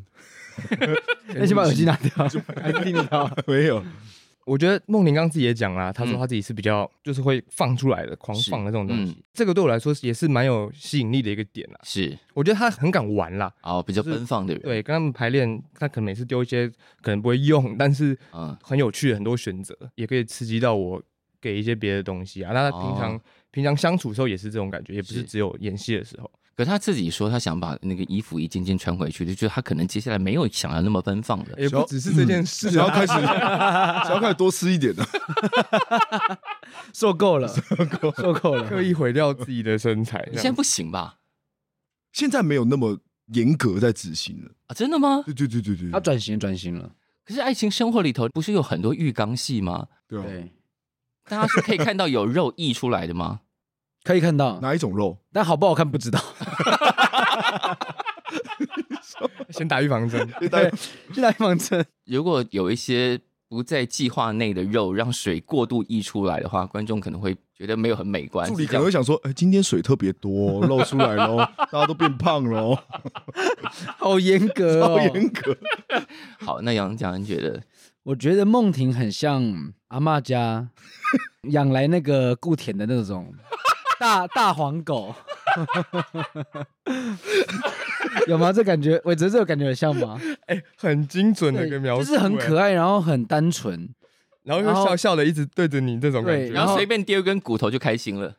[SPEAKER 2] 那先把耳机拿掉，还是听得到。
[SPEAKER 3] 没有。
[SPEAKER 4] 我觉得梦玲刚自己也讲啦，她说
[SPEAKER 1] 嗯
[SPEAKER 4] 她自己是比较就是会放出来的，狂
[SPEAKER 1] 是
[SPEAKER 4] 放的这种东西。
[SPEAKER 1] 嗯
[SPEAKER 4] 这个对我来说也是蛮有吸引力的一个点啦。啊
[SPEAKER 1] 是
[SPEAKER 4] 我觉得她很敢玩啦，
[SPEAKER 1] 哦，比较
[SPEAKER 4] 就是
[SPEAKER 1] 奔放的人，，
[SPEAKER 4] 对，跟他们排练，她可能每次丢一些可能不会用，但是
[SPEAKER 2] 啊
[SPEAKER 1] 嗯，
[SPEAKER 4] 很有趣的很多选择，也可以刺激到我给一些别的东西啊。那她平常、
[SPEAKER 1] 哦
[SPEAKER 4] 平常相处的时候也是这种感觉，也不
[SPEAKER 1] 是
[SPEAKER 4] 是只有演戏的时候。
[SPEAKER 1] 可他自己说他想把那个衣服一件件穿回去，就觉得他可能接下来没有想要那么奔放
[SPEAKER 2] 呃
[SPEAKER 1] 的，
[SPEAKER 4] 也不只是啊这
[SPEAKER 2] 嗯
[SPEAKER 4] 件事、
[SPEAKER 3] 想要开始， 想要开始多吃一点的，啊
[SPEAKER 2] 受够了，受够了。
[SPEAKER 4] 刻意毁掉自己的身材。 这
[SPEAKER 1] 你
[SPEAKER 4] 样
[SPEAKER 1] 现在不行吧？
[SPEAKER 3] 现在没有那么严格在执行了。
[SPEAKER 1] 啊，真的吗？
[SPEAKER 3] 对对对对对，
[SPEAKER 2] 他转型转型了，
[SPEAKER 1] 可是爱情生活里头不是有很多浴缸戏吗？
[SPEAKER 3] 对啊，
[SPEAKER 2] 对，
[SPEAKER 1] 大家是可以看到有肉溢出来的吗？
[SPEAKER 2] 可以看到，
[SPEAKER 3] 哪一种肉？
[SPEAKER 2] 但好不好看不知道。
[SPEAKER 4] 先打预 防针，
[SPEAKER 2] 对， 去来访证，
[SPEAKER 1] 如果有一些不在计划内的肉让水过度溢出来的话，观众可能会觉得没有很美观。
[SPEAKER 3] 助理
[SPEAKER 1] 是这
[SPEAKER 3] 可能
[SPEAKER 1] 样
[SPEAKER 3] 会想说，哎，今天水特别多哦，露出来喽，大家都变胖喽，
[SPEAKER 2] 好严格
[SPEAKER 3] 好
[SPEAKER 2] 哦。
[SPEAKER 3] 严格。
[SPEAKER 1] 好，那杨家人觉得
[SPEAKER 2] 我觉得梦婷很像阿嬷 家养来那个顾田的那种大大黄狗， 有吗？这感觉，伟哲这个感觉有像吗？
[SPEAKER 4] 哎、很精准的一个
[SPEAKER 2] 对，
[SPEAKER 4] 描
[SPEAKER 2] 就
[SPEAKER 4] 述、欸
[SPEAKER 2] 是很可
[SPEAKER 4] 爱，
[SPEAKER 2] 爱，然后很单纯，
[SPEAKER 4] 然后
[SPEAKER 2] 然
[SPEAKER 4] 又
[SPEAKER 2] 后
[SPEAKER 4] 笑笑的一直对着你这种感
[SPEAKER 2] 对
[SPEAKER 4] 觉，
[SPEAKER 1] 然
[SPEAKER 2] 然
[SPEAKER 1] 后
[SPEAKER 2] 后
[SPEAKER 1] 随便丢一根骨头就开心了。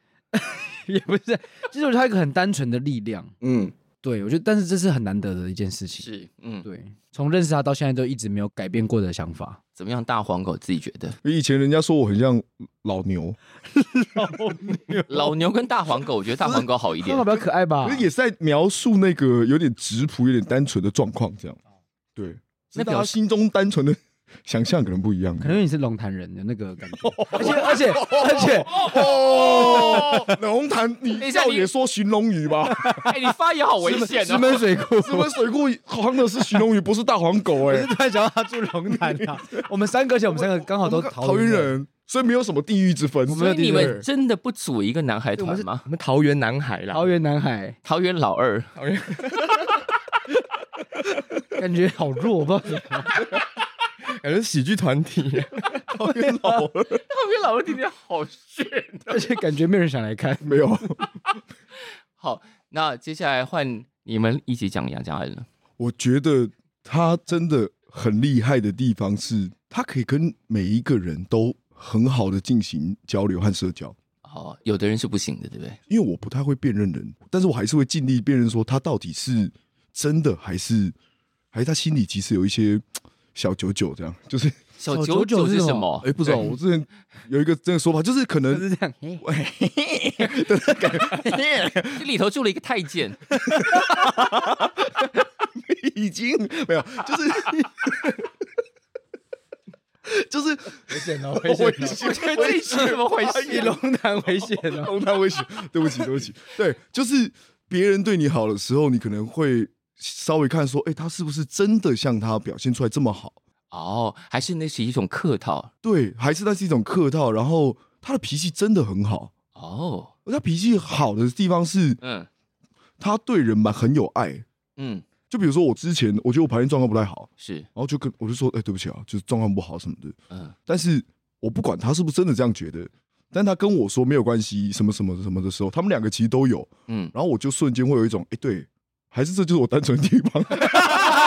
[SPEAKER 2] 也不是，就是他一个很单纯的力量。
[SPEAKER 3] 嗯，
[SPEAKER 2] 对，我觉得，但是这是很难得的一件事情。
[SPEAKER 1] 是，嗯，
[SPEAKER 2] 对，从认识他到现在都一直没有改变过的想法。
[SPEAKER 1] 怎么样？大黄狗自己觉得，
[SPEAKER 3] 以前人家说我很像老牛，
[SPEAKER 1] 老牛跟大黄狗，我觉得大黄狗好一 点
[SPEAKER 2] 那。比较可爱吧
[SPEAKER 3] 可是？也是在描述那个有点质朴、有点单纯的状况，这样。对，
[SPEAKER 1] 那
[SPEAKER 3] 那
[SPEAKER 1] 表
[SPEAKER 3] 大家
[SPEAKER 1] 示
[SPEAKER 3] 心中单纯的想象可能不一样。
[SPEAKER 2] 可能你是龙潭人的那个 感觉，而且而且而且
[SPEAKER 3] 哦，龙潭，你
[SPEAKER 1] 等一下
[SPEAKER 3] 倒
[SPEAKER 1] 你
[SPEAKER 3] 也说寻龙鱼吧。
[SPEAKER 1] 哎、你发言好危险
[SPEAKER 2] 石
[SPEAKER 1] 哦！
[SPEAKER 2] 门水库，
[SPEAKER 3] 石门水库行的是寻龙鱼，不是大黄狗
[SPEAKER 2] 我
[SPEAKER 3] 哎、
[SPEAKER 2] 是 突然想到他住龙潭啊。我们三个，而且我们三个刚好都是
[SPEAKER 3] 桃园，人，所以没有什么地域之分。
[SPEAKER 1] 所以你们真的不组一个男孩团吗？
[SPEAKER 4] 我们桃园男孩啦，
[SPEAKER 2] 桃园男孩，
[SPEAKER 1] 桃园老二，
[SPEAKER 4] 桃园
[SPEAKER 2] 感觉好弱，我不知道 怎么
[SPEAKER 3] 哎
[SPEAKER 4] 感觉是喜剧团体，
[SPEAKER 3] 桃园老二
[SPEAKER 1] 桃园老二听起来好炫。啊
[SPEAKER 2] 而且感觉没有人想来看。
[SPEAKER 3] 没有，
[SPEAKER 1] 好，那接下来换你们一起讲杨家人了。
[SPEAKER 3] 我觉得他真的很厉害的地方是，他可以跟每一个人都很好的进行交流和社交。
[SPEAKER 1] 哦，有的人是不行的，对不对？
[SPEAKER 3] 因为我不太会辨认人，但是我还是会尽力辨认说他到底是真的还是还是他心里其实有一些小九九这样，就是
[SPEAKER 1] 小
[SPEAKER 2] 小
[SPEAKER 1] 九
[SPEAKER 2] 九
[SPEAKER 1] 九
[SPEAKER 2] 是
[SPEAKER 1] 是
[SPEAKER 2] 什
[SPEAKER 1] 什
[SPEAKER 2] 么
[SPEAKER 1] 么
[SPEAKER 3] 哎、？不知道我之前有一个这个说法，就是可能
[SPEAKER 2] 就是这样。嘿
[SPEAKER 1] 这里头住了一个太监，
[SPEAKER 3] 已经没有，就是 就是
[SPEAKER 4] 危险 哦，
[SPEAKER 3] 危险
[SPEAKER 4] 哦！
[SPEAKER 1] 我觉得这是怎么回
[SPEAKER 2] 一
[SPEAKER 1] 事？
[SPEAKER 2] 龙潭危险哦，
[SPEAKER 3] 龙潭危险，对不起，对不起，对，就是别人对你好的时候，你可能会稍微看说，哎、他是不是真的像他表现出来这么好？
[SPEAKER 1] 哦，还是那是一种客套
[SPEAKER 3] 对，还是那是一种客套，然后他的脾气真的很好。
[SPEAKER 1] 哦。
[SPEAKER 3] 而他脾气好的地方是，
[SPEAKER 1] 嗯
[SPEAKER 3] 他对人蛮很有爱。
[SPEAKER 1] 嗯，
[SPEAKER 3] 就比如说我之前，我觉得我排练状况不太好，
[SPEAKER 1] 是
[SPEAKER 3] 然后就跟我就说，哎、对不起啊，就是状况不好什么的。
[SPEAKER 1] 嗯
[SPEAKER 3] 但是我不管他是不是真的这样觉得，但他跟我说没有关系，什么什么什么的时候，他们两个其实都有，
[SPEAKER 1] 嗯，
[SPEAKER 3] 然后我就瞬间会有一种，哎、对，还是这就是我单纯的地方。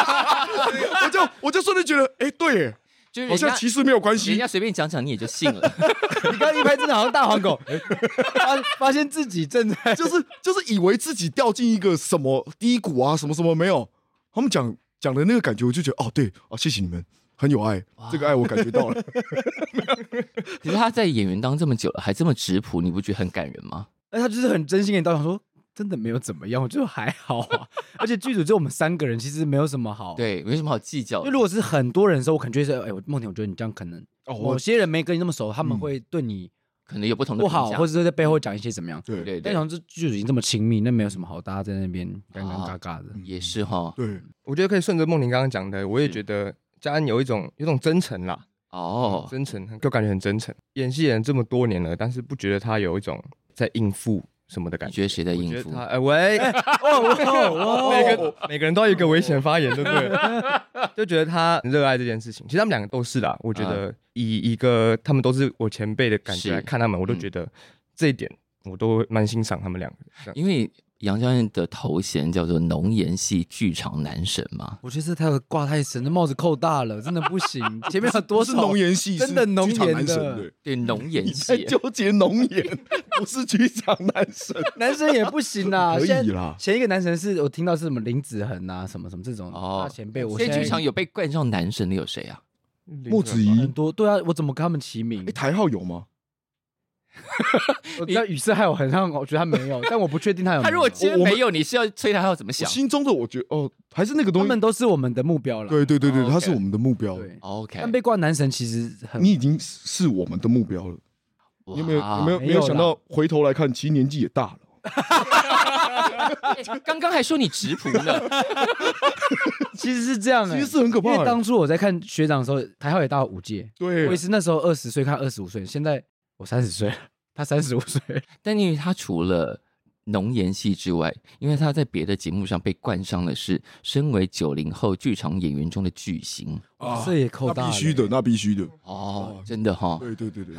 [SPEAKER 3] 我就我就瞬间觉得，哎、对耶，
[SPEAKER 1] 就是
[SPEAKER 3] 好
[SPEAKER 1] 人
[SPEAKER 3] 像
[SPEAKER 1] 家
[SPEAKER 3] 其实没有关系
[SPEAKER 1] 人。家随便讲讲你也就信了。
[SPEAKER 2] 你刚刚一拍真的好像大黄狗， 发发现自己正在
[SPEAKER 3] 就是就是以为自己掉进一个什么低谷啊，什么什么没有。他们讲讲的那个感觉，我就觉得哦，对哦，谢谢你们，很有爱，这个爱我感觉到了。
[SPEAKER 1] 可是他在演员当这么久了，还这么质朴，你不觉得很感人吗？
[SPEAKER 2] 那哎他就是很真心跟你道歉说，真的没有怎么样，我觉得还好啊。 而且剧组就我们三个人，其实没有什么好。，
[SPEAKER 1] 对，没什么好计较
[SPEAKER 2] 因为。如果是很多人的时候，我可能就会说，哎、我梦婷，我觉得你这样可能，
[SPEAKER 3] 哦我
[SPEAKER 2] 某些人没跟你那么熟，他们
[SPEAKER 3] 嗯
[SPEAKER 2] 会对你
[SPEAKER 1] 可能有不同的
[SPEAKER 2] 不好，
[SPEAKER 1] 评价
[SPEAKER 2] 或者是在背后讲一些怎么样。
[SPEAKER 3] 对
[SPEAKER 1] 对对，
[SPEAKER 2] 但想这剧组已经这么亲密，那没有什么好大家在那边尴尴尬尬的。
[SPEAKER 3] 嗯
[SPEAKER 1] 嗯也是哈。
[SPEAKER 3] 对，
[SPEAKER 4] 我觉得可以顺着梦玲刚刚讲的，我也觉得嘉恩有一种有一种真诚啦，
[SPEAKER 1] 哦，
[SPEAKER 4] 真诚，就感觉很真诚。演戏人这么多年了，但是不觉得他有一种在应付什么的感
[SPEAKER 1] 你
[SPEAKER 4] 觉。
[SPEAKER 1] 觉得谁在
[SPEAKER 4] 我觉
[SPEAKER 1] 应
[SPEAKER 4] 得
[SPEAKER 1] 付？哦
[SPEAKER 4] 他，哎、喂，每个每个人都有一个危险发言，对不对？ 就觉得他很热爱这件事情。其实他们两个都是啦，我觉得以一个他们都是我前辈的感觉
[SPEAKER 1] 啊是嗯
[SPEAKER 4] 来看他们，我都觉得这一点我都蛮欣赏他们两个的。这样
[SPEAKER 1] 因为杨教练的头衔叫做浓颜系剧场男神嘛。
[SPEAKER 2] 我觉得这太挂太深，这帽子扣大了，真的不 行。前面有多
[SPEAKER 3] 不是
[SPEAKER 2] 少
[SPEAKER 3] 浓颜系，
[SPEAKER 2] 真的浓
[SPEAKER 3] 是剧场
[SPEAKER 2] 颜
[SPEAKER 3] 男神
[SPEAKER 2] 的
[SPEAKER 3] 对。
[SPEAKER 1] 对，浓
[SPEAKER 3] 你
[SPEAKER 1] 颜
[SPEAKER 3] 在
[SPEAKER 1] 系。
[SPEAKER 3] 纠结浓 颜，不是剧场 男神。
[SPEAKER 2] 男生也不行啦。
[SPEAKER 3] 可以
[SPEAKER 2] 现在
[SPEAKER 3] 啦
[SPEAKER 2] 前一个男神是我听到是什么林子恒啊，什么什么这种
[SPEAKER 1] 哦
[SPEAKER 2] 大前辈，我
[SPEAKER 1] 现
[SPEAKER 2] 现
[SPEAKER 1] 在
[SPEAKER 2] 在
[SPEAKER 1] 剧场有被冠上男神的有谁
[SPEAKER 3] 嗯
[SPEAKER 1] 啊？
[SPEAKER 3] 莫子仪，
[SPEAKER 2] 很多对啊，我怎么跟他们齐名
[SPEAKER 3] 哎，？台号有吗？
[SPEAKER 2] 我知道语塞还有很像，我觉得他没有，但我不确定他有没有。
[SPEAKER 1] 他如果今天
[SPEAKER 3] 我们
[SPEAKER 1] 没有，你是要催他要怎么
[SPEAKER 3] 我
[SPEAKER 1] 想
[SPEAKER 3] 心中的我觉得哦，还是那个
[SPEAKER 2] 他
[SPEAKER 3] 东西
[SPEAKER 2] 们。都是我们的目标了。
[SPEAKER 3] 对对对对，
[SPEAKER 1] 哦
[SPEAKER 3] 他
[SPEAKER 1] OK
[SPEAKER 3] 是我们的目标。
[SPEAKER 2] 对，
[SPEAKER 1] ？OK，
[SPEAKER 2] 但被冠男神其实很
[SPEAKER 3] 你已经是我们的目标了。
[SPEAKER 1] 哇
[SPEAKER 3] 你有没有有没有
[SPEAKER 2] 没
[SPEAKER 3] 没
[SPEAKER 2] 有
[SPEAKER 3] 有
[SPEAKER 2] 啦
[SPEAKER 3] 想到回头来看，其实年纪也大了。
[SPEAKER 1] 哎刚刚还说你直朴呢，
[SPEAKER 2] 其实是这样、欸，
[SPEAKER 3] 其实是很可怕的
[SPEAKER 2] 因为当初我在看学长的时候，台号也大我五届，
[SPEAKER 3] 对
[SPEAKER 2] 我也是那时候二十岁看二十五岁，现在我三十岁了，他三十五岁，
[SPEAKER 1] 但因为他除了浓颜系之外，因为他在别的节目上被冠上的是身为九零后剧场演员中的巨星
[SPEAKER 3] 啊
[SPEAKER 2] 这也扣
[SPEAKER 3] 那
[SPEAKER 2] 大了
[SPEAKER 3] 必须的，那必须的。
[SPEAKER 1] 哦
[SPEAKER 3] 哦，
[SPEAKER 1] 真的哈、
[SPEAKER 3] 对对 对对，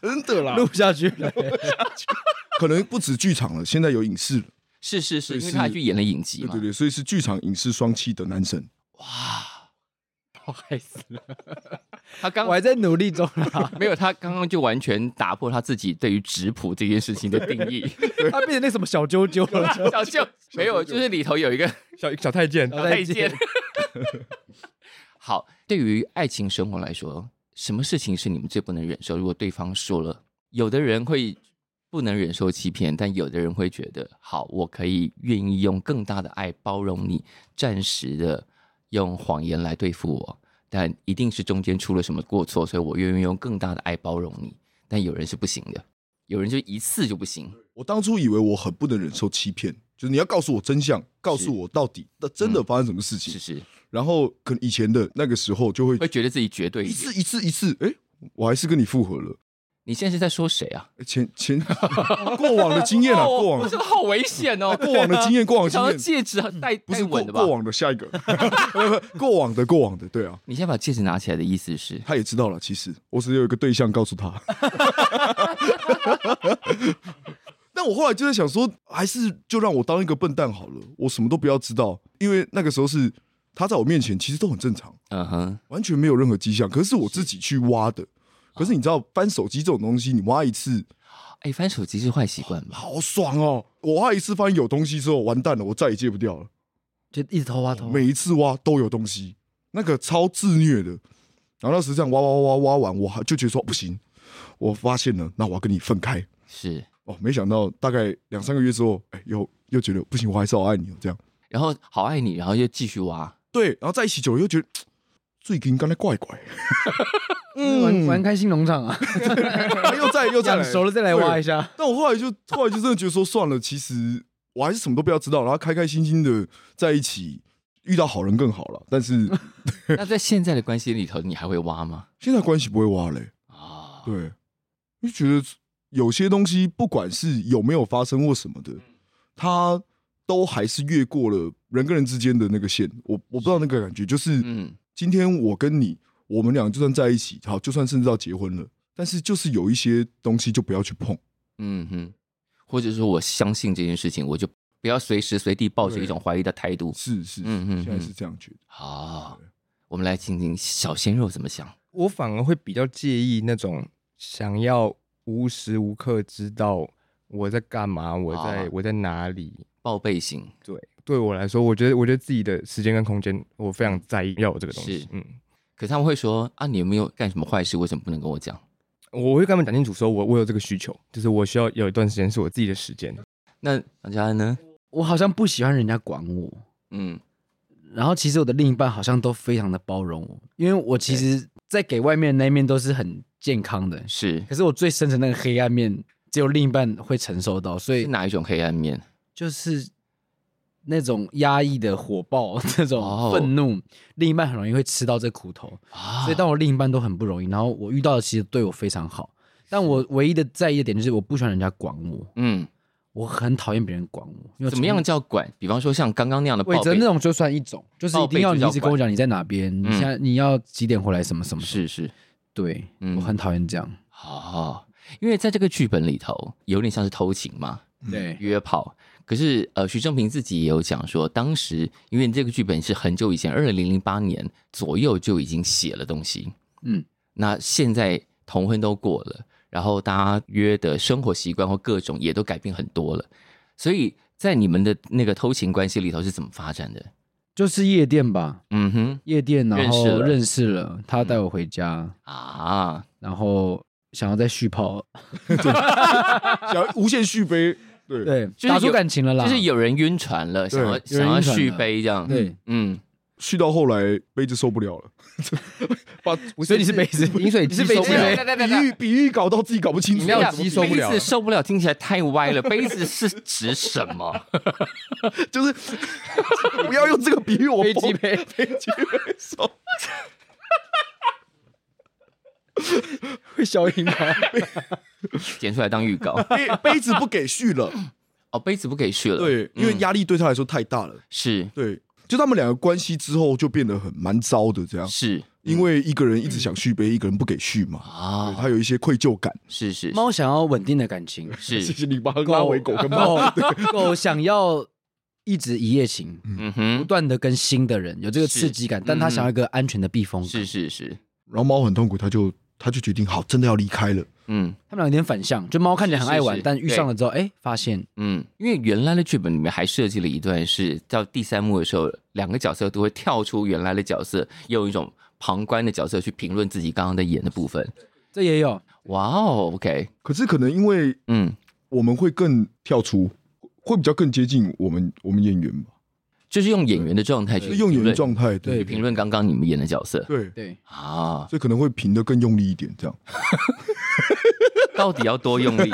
[SPEAKER 3] 真的啦
[SPEAKER 2] 录，不下去了、
[SPEAKER 3] 可能不止剧场了，现在有影视了。
[SPEAKER 1] 是是是，
[SPEAKER 3] 对
[SPEAKER 1] 因为
[SPEAKER 3] 是
[SPEAKER 1] 他还去演了影集
[SPEAKER 3] 对
[SPEAKER 1] 嘛，
[SPEAKER 3] 对对，所以是剧场影视双栖的男神。
[SPEAKER 1] 哇，
[SPEAKER 2] 不好意思了，
[SPEAKER 1] 他刚
[SPEAKER 2] 我还在努力中啦，
[SPEAKER 1] 没有他刚刚就完全打破他自己对于直朴这件事情的定义，
[SPEAKER 2] 他变成那什么小啾啾 了，
[SPEAKER 1] 小舅没有，就是里头 有一个
[SPEAKER 4] 小小太监，
[SPEAKER 2] 小
[SPEAKER 1] 太
[SPEAKER 2] 太
[SPEAKER 1] 监
[SPEAKER 2] 监。
[SPEAKER 1] 好，对于爱情生活来说，什么事情是你们最不能忍受？如果对方说了，有的人会不能忍受欺骗，但有的人会觉得，好，我可以愿意用更大的爱包容你，暂时的用谎言来对付我，但一定是中间出了什么过错，所以我愿意用更大的爱包容你。但有人是不行的，有人就一次就不行。
[SPEAKER 3] 我当初以为我很不能忍受欺骗，就是你要告诉我真相，告诉我到底那真的发生什么事
[SPEAKER 1] 嗯是
[SPEAKER 3] 情。
[SPEAKER 1] 是，
[SPEAKER 3] 然后可能以前的那个时候就会
[SPEAKER 1] 会觉得自己绝对
[SPEAKER 3] 一次一次一次，哎，我还是跟你复合了。
[SPEAKER 1] 你现在是在说谁啊？
[SPEAKER 3] 诶前前过往的经验 啊，过
[SPEAKER 1] 哦我
[SPEAKER 3] 往哎
[SPEAKER 1] 这个好危险哦！
[SPEAKER 3] 过往的经验，过往
[SPEAKER 1] 想要
[SPEAKER 3] 的经验嗯
[SPEAKER 1] 戒指啊戴
[SPEAKER 3] 不
[SPEAKER 1] 戴
[SPEAKER 3] 是过
[SPEAKER 1] 稳的吧
[SPEAKER 3] 过？往的下一个， 不不过往的过往的，对啊。
[SPEAKER 1] 你先把戒指拿起来的意思是，
[SPEAKER 3] 他也知道了，其实我只有一个对象告诉他。 但我后来就在想说，还是就让我当一个笨蛋好了，我什么都不要知道，因为那个时候是他在我面前其实都很正常，
[SPEAKER 1] 嗯哼，
[SPEAKER 3] 完全没有任何迹象。可是我自己去挖的。可是你知道翻手机这种东西，你挖一次
[SPEAKER 1] 哎，翻手机是坏习惯吧？
[SPEAKER 3] 好爽哦！我挖一次发现有东西之后，完蛋了，我再也戒不掉了。
[SPEAKER 2] 就一直偷啊偷。
[SPEAKER 3] 每一次挖都有东西，那个超自虐的。然后那时这样挖挖挖挖完，我还就觉得说不行，我发现了，那我要跟你分开。
[SPEAKER 1] 是。
[SPEAKER 3] 哦，没想到大概两三个月之后，哎，又又觉得不行，我还是好爱你哦，这样。
[SPEAKER 1] 然后好爱你，然后又继续挖，
[SPEAKER 3] 对，然后在一起久了又觉得最近刚才怪 怪，
[SPEAKER 2] 玩玩开心农场 啊，
[SPEAKER 3] 又再嗯又再
[SPEAKER 2] 养
[SPEAKER 3] 来
[SPEAKER 2] 熟了再来挖一下。
[SPEAKER 3] 但我后来就后来就真的觉得说算了，其实我还是什么都不要知道，然后开开心心的在一起，遇到好人更好了。但是
[SPEAKER 1] 那在现在的关系里头，你还会挖吗？
[SPEAKER 3] 现在关系不会挖嘞、
[SPEAKER 1] 啊、
[SPEAKER 3] 对，就觉得有些东西不管是有没有发生或什么的，它都还是越过了人跟人之间的那个线。我我不知道那个感觉，就是
[SPEAKER 1] 嗯，
[SPEAKER 3] 今天我跟你，我们俩就算在一起，好，就算甚至到结婚了，但是就是有一些东西就不要去碰。
[SPEAKER 1] 嗯哼，或者说我相信这件事情，我就不要随时随地抱着一种怀疑的态度。
[SPEAKER 3] 是是，
[SPEAKER 1] 嗯
[SPEAKER 3] 嗯
[SPEAKER 1] 嗯
[SPEAKER 3] 嗯，现在
[SPEAKER 1] 嗯啊
[SPEAKER 3] 是这样觉得。
[SPEAKER 1] 好，我们来听听小鲜肉怎么想。
[SPEAKER 4] 我反而会比较介意那种想要无时无刻知道我在干嘛，我在、
[SPEAKER 1] 啊
[SPEAKER 4] 我在哪里。
[SPEAKER 1] 报备型
[SPEAKER 4] 对，对我来说，我觉得我觉得自己的时间跟空间，我非常在意要有这个东
[SPEAKER 1] 是
[SPEAKER 4] 西。嗯，
[SPEAKER 1] 可他们会说啊，你有没有干什么坏事？为什么不能跟我讲？
[SPEAKER 4] 我会跟他们讲清楚，说我我有这个需求，就是我需要有一段时间是我自己的时间。
[SPEAKER 1] 那张家安呢？
[SPEAKER 2] 我好像不喜欢人家管我，
[SPEAKER 1] 嗯，
[SPEAKER 2] 然后其实我的另一半好像都非常的包容我，因为我其实，在给外面的那一面都是很健康的，
[SPEAKER 1] 是
[SPEAKER 2] 可是我最深层那个黑暗面，只有另一半会承受到，所
[SPEAKER 1] 是
[SPEAKER 2] 以
[SPEAKER 1] 哪一种黑暗面？
[SPEAKER 2] 就是那种压抑的火爆、 那
[SPEAKER 1] 哦
[SPEAKER 2] 种愤怒，另一半很容易会吃到这苦头。
[SPEAKER 1] 啊
[SPEAKER 2] 所以，但我另一半都很不容易，然后我遇到的其实对我非常好，但我唯一的在意的点就是我不喜欢人家管我，
[SPEAKER 1] 嗯，
[SPEAKER 2] 我很讨厌别人管我。因为我
[SPEAKER 1] 怎么
[SPEAKER 2] 从
[SPEAKER 1] 样叫管？比方说像刚刚那样的
[SPEAKER 2] 伟
[SPEAKER 1] 报
[SPEAKER 2] 哲
[SPEAKER 1] 备
[SPEAKER 2] 那，种就算一种，就是一定要你一直跟我讲你在哪边，你
[SPEAKER 1] 嗯
[SPEAKER 2] 现在你要几点回来，什么什么。
[SPEAKER 1] 是是
[SPEAKER 2] 对，
[SPEAKER 1] 嗯
[SPEAKER 2] 我很讨厌这样。
[SPEAKER 1] 哦，因为在这个剧本里头，有点像是偷情嘛。
[SPEAKER 2] 对，
[SPEAKER 1] 约炮。可是呃，徐正平自己也有讲说，当时因为这个剧本是很久以前，二零零八年左右就已经写了东西。
[SPEAKER 2] 嗯，
[SPEAKER 1] 那现在同婚都过了，然后大家约的生活习惯或各种也都改变很多了，所以在你们的那个偷情关系里头是怎么发展的？
[SPEAKER 2] 就是夜店吧，
[SPEAKER 1] 嗯哼，
[SPEAKER 2] 夜店，然
[SPEAKER 1] 认识
[SPEAKER 2] 后
[SPEAKER 1] 了嗯
[SPEAKER 2] 认识了，他带我回家，
[SPEAKER 1] 啊，
[SPEAKER 2] 然后想要再续泡，
[SPEAKER 3] 想要无限续杯，对，
[SPEAKER 2] 对，
[SPEAKER 1] 就是
[SPEAKER 2] 打出
[SPEAKER 1] 有
[SPEAKER 2] 感情了啦，
[SPEAKER 1] 就是有人晕船了，想要
[SPEAKER 2] 有
[SPEAKER 1] 想
[SPEAKER 2] 人
[SPEAKER 1] 要
[SPEAKER 2] 晕船
[SPEAKER 1] 续
[SPEAKER 2] 了
[SPEAKER 1] 杯这样。
[SPEAKER 2] 对，
[SPEAKER 1] 嗯，
[SPEAKER 3] 续到后来杯子受不了了，把
[SPEAKER 2] 所以你是杯子，
[SPEAKER 4] 饮水
[SPEAKER 2] 你
[SPEAKER 4] 机
[SPEAKER 2] 是
[SPEAKER 4] 受
[SPEAKER 2] 杯
[SPEAKER 4] 不
[SPEAKER 2] 子
[SPEAKER 4] 了，
[SPEAKER 1] 对对对
[SPEAKER 3] 比喻比喻搞到自己搞不清楚，
[SPEAKER 4] 饮料机受不了
[SPEAKER 1] 杯子受不了，听起来太歪了。 杯子是指什么？
[SPEAKER 3] 就是不要用这个比喻，我
[SPEAKER 2] 飞
[SPEAKER 3] 崩
[SPEAKER 2] 机杯，
[SPEAKER 3] 飞机杯受，
[SPEAKER 2] 会消音吗？
[SPEAKER 1] 剪出来当预告。
[SPEAKER 3] 杯杯子不给续了，
[SPEAKER 1] 哦，杯子不给续了。嗯
[SPEAKER 3] 对，因为压力对他来说太大了，
[SPEAKER 1] 是
[SPEAKER 3] 对，就他们两个关系之后就变得很蛮糟的这样，
[SPEAKER 1] 是
[SPEAKER 3] 因为一个人一直想续杯，一个人不给续嘛，对
[SPEAKER 1] 啊，
[SPEAKER 3] 他有一些愧疚感。
[SPEAKER 1] 是是
[SPEAKER 2] 猫想要稳定的感情，
[SPEAKER 3] 谢
[SPEAKER 1] 是，
[SPEAKER 3] 谢你把他拉回狗跟猫，
[SPEAKER 2] 狗 狗想要一直一夜情，
[SPEAKER 1] 嗯
[SPEAKER 2] 不
[SPEAKER 1] 哼，
[SPEAKER 2] 断的跟新的人有这个刺激感，但他想要一个安全的避风港。
[SPEAKER 1] 是是是，
[SPEAKER 3] 然后猫很痛苦，他就他就决定好，真的要离开了。
[SPEAKER 1] 嗯
[SPEAKER 2] 他们俩有点反向，就猫看起来很爱玩，
[SPEAKER 1] 是是
[SPEAKER 2] 但遇上了之后，哎，发现
[SPEAKER 1] 嗯，因为原来的剧本里面还设计了一段是到第三幕的时候，两个角色都会跳出原来的角色，用一种旁观的角色去评论自己刚刚在演的部分。
[SPEAKER 2] 这也有
[SPEAKER 1] 哇哦，OK，
[SPEAKER 3] 可是可能因为
[SPEAKER 1] 嗯，
[SPEAKER 3] 我们会更跳出，会比较更接近我们我们演员吧，
[SPEAKER 1] 就是用演员的状态去
[SPEAKER 3] 就用演员
[SPEAKER 1] 评论
[SPEAKER 3] 状态
[SPEAKER 1] 去
[SPEAKER 3] 对
[SPEAKER 1] 评论刚刚你们演的角色
[SPEAKER 3] 对，
[SPEAKER 2] 对，
[SPEAKER 1] 啊，
[SPEAKER 3] 所以可能会评的更用力一点，这样
[SPEAKER 1] 到底要多用 力？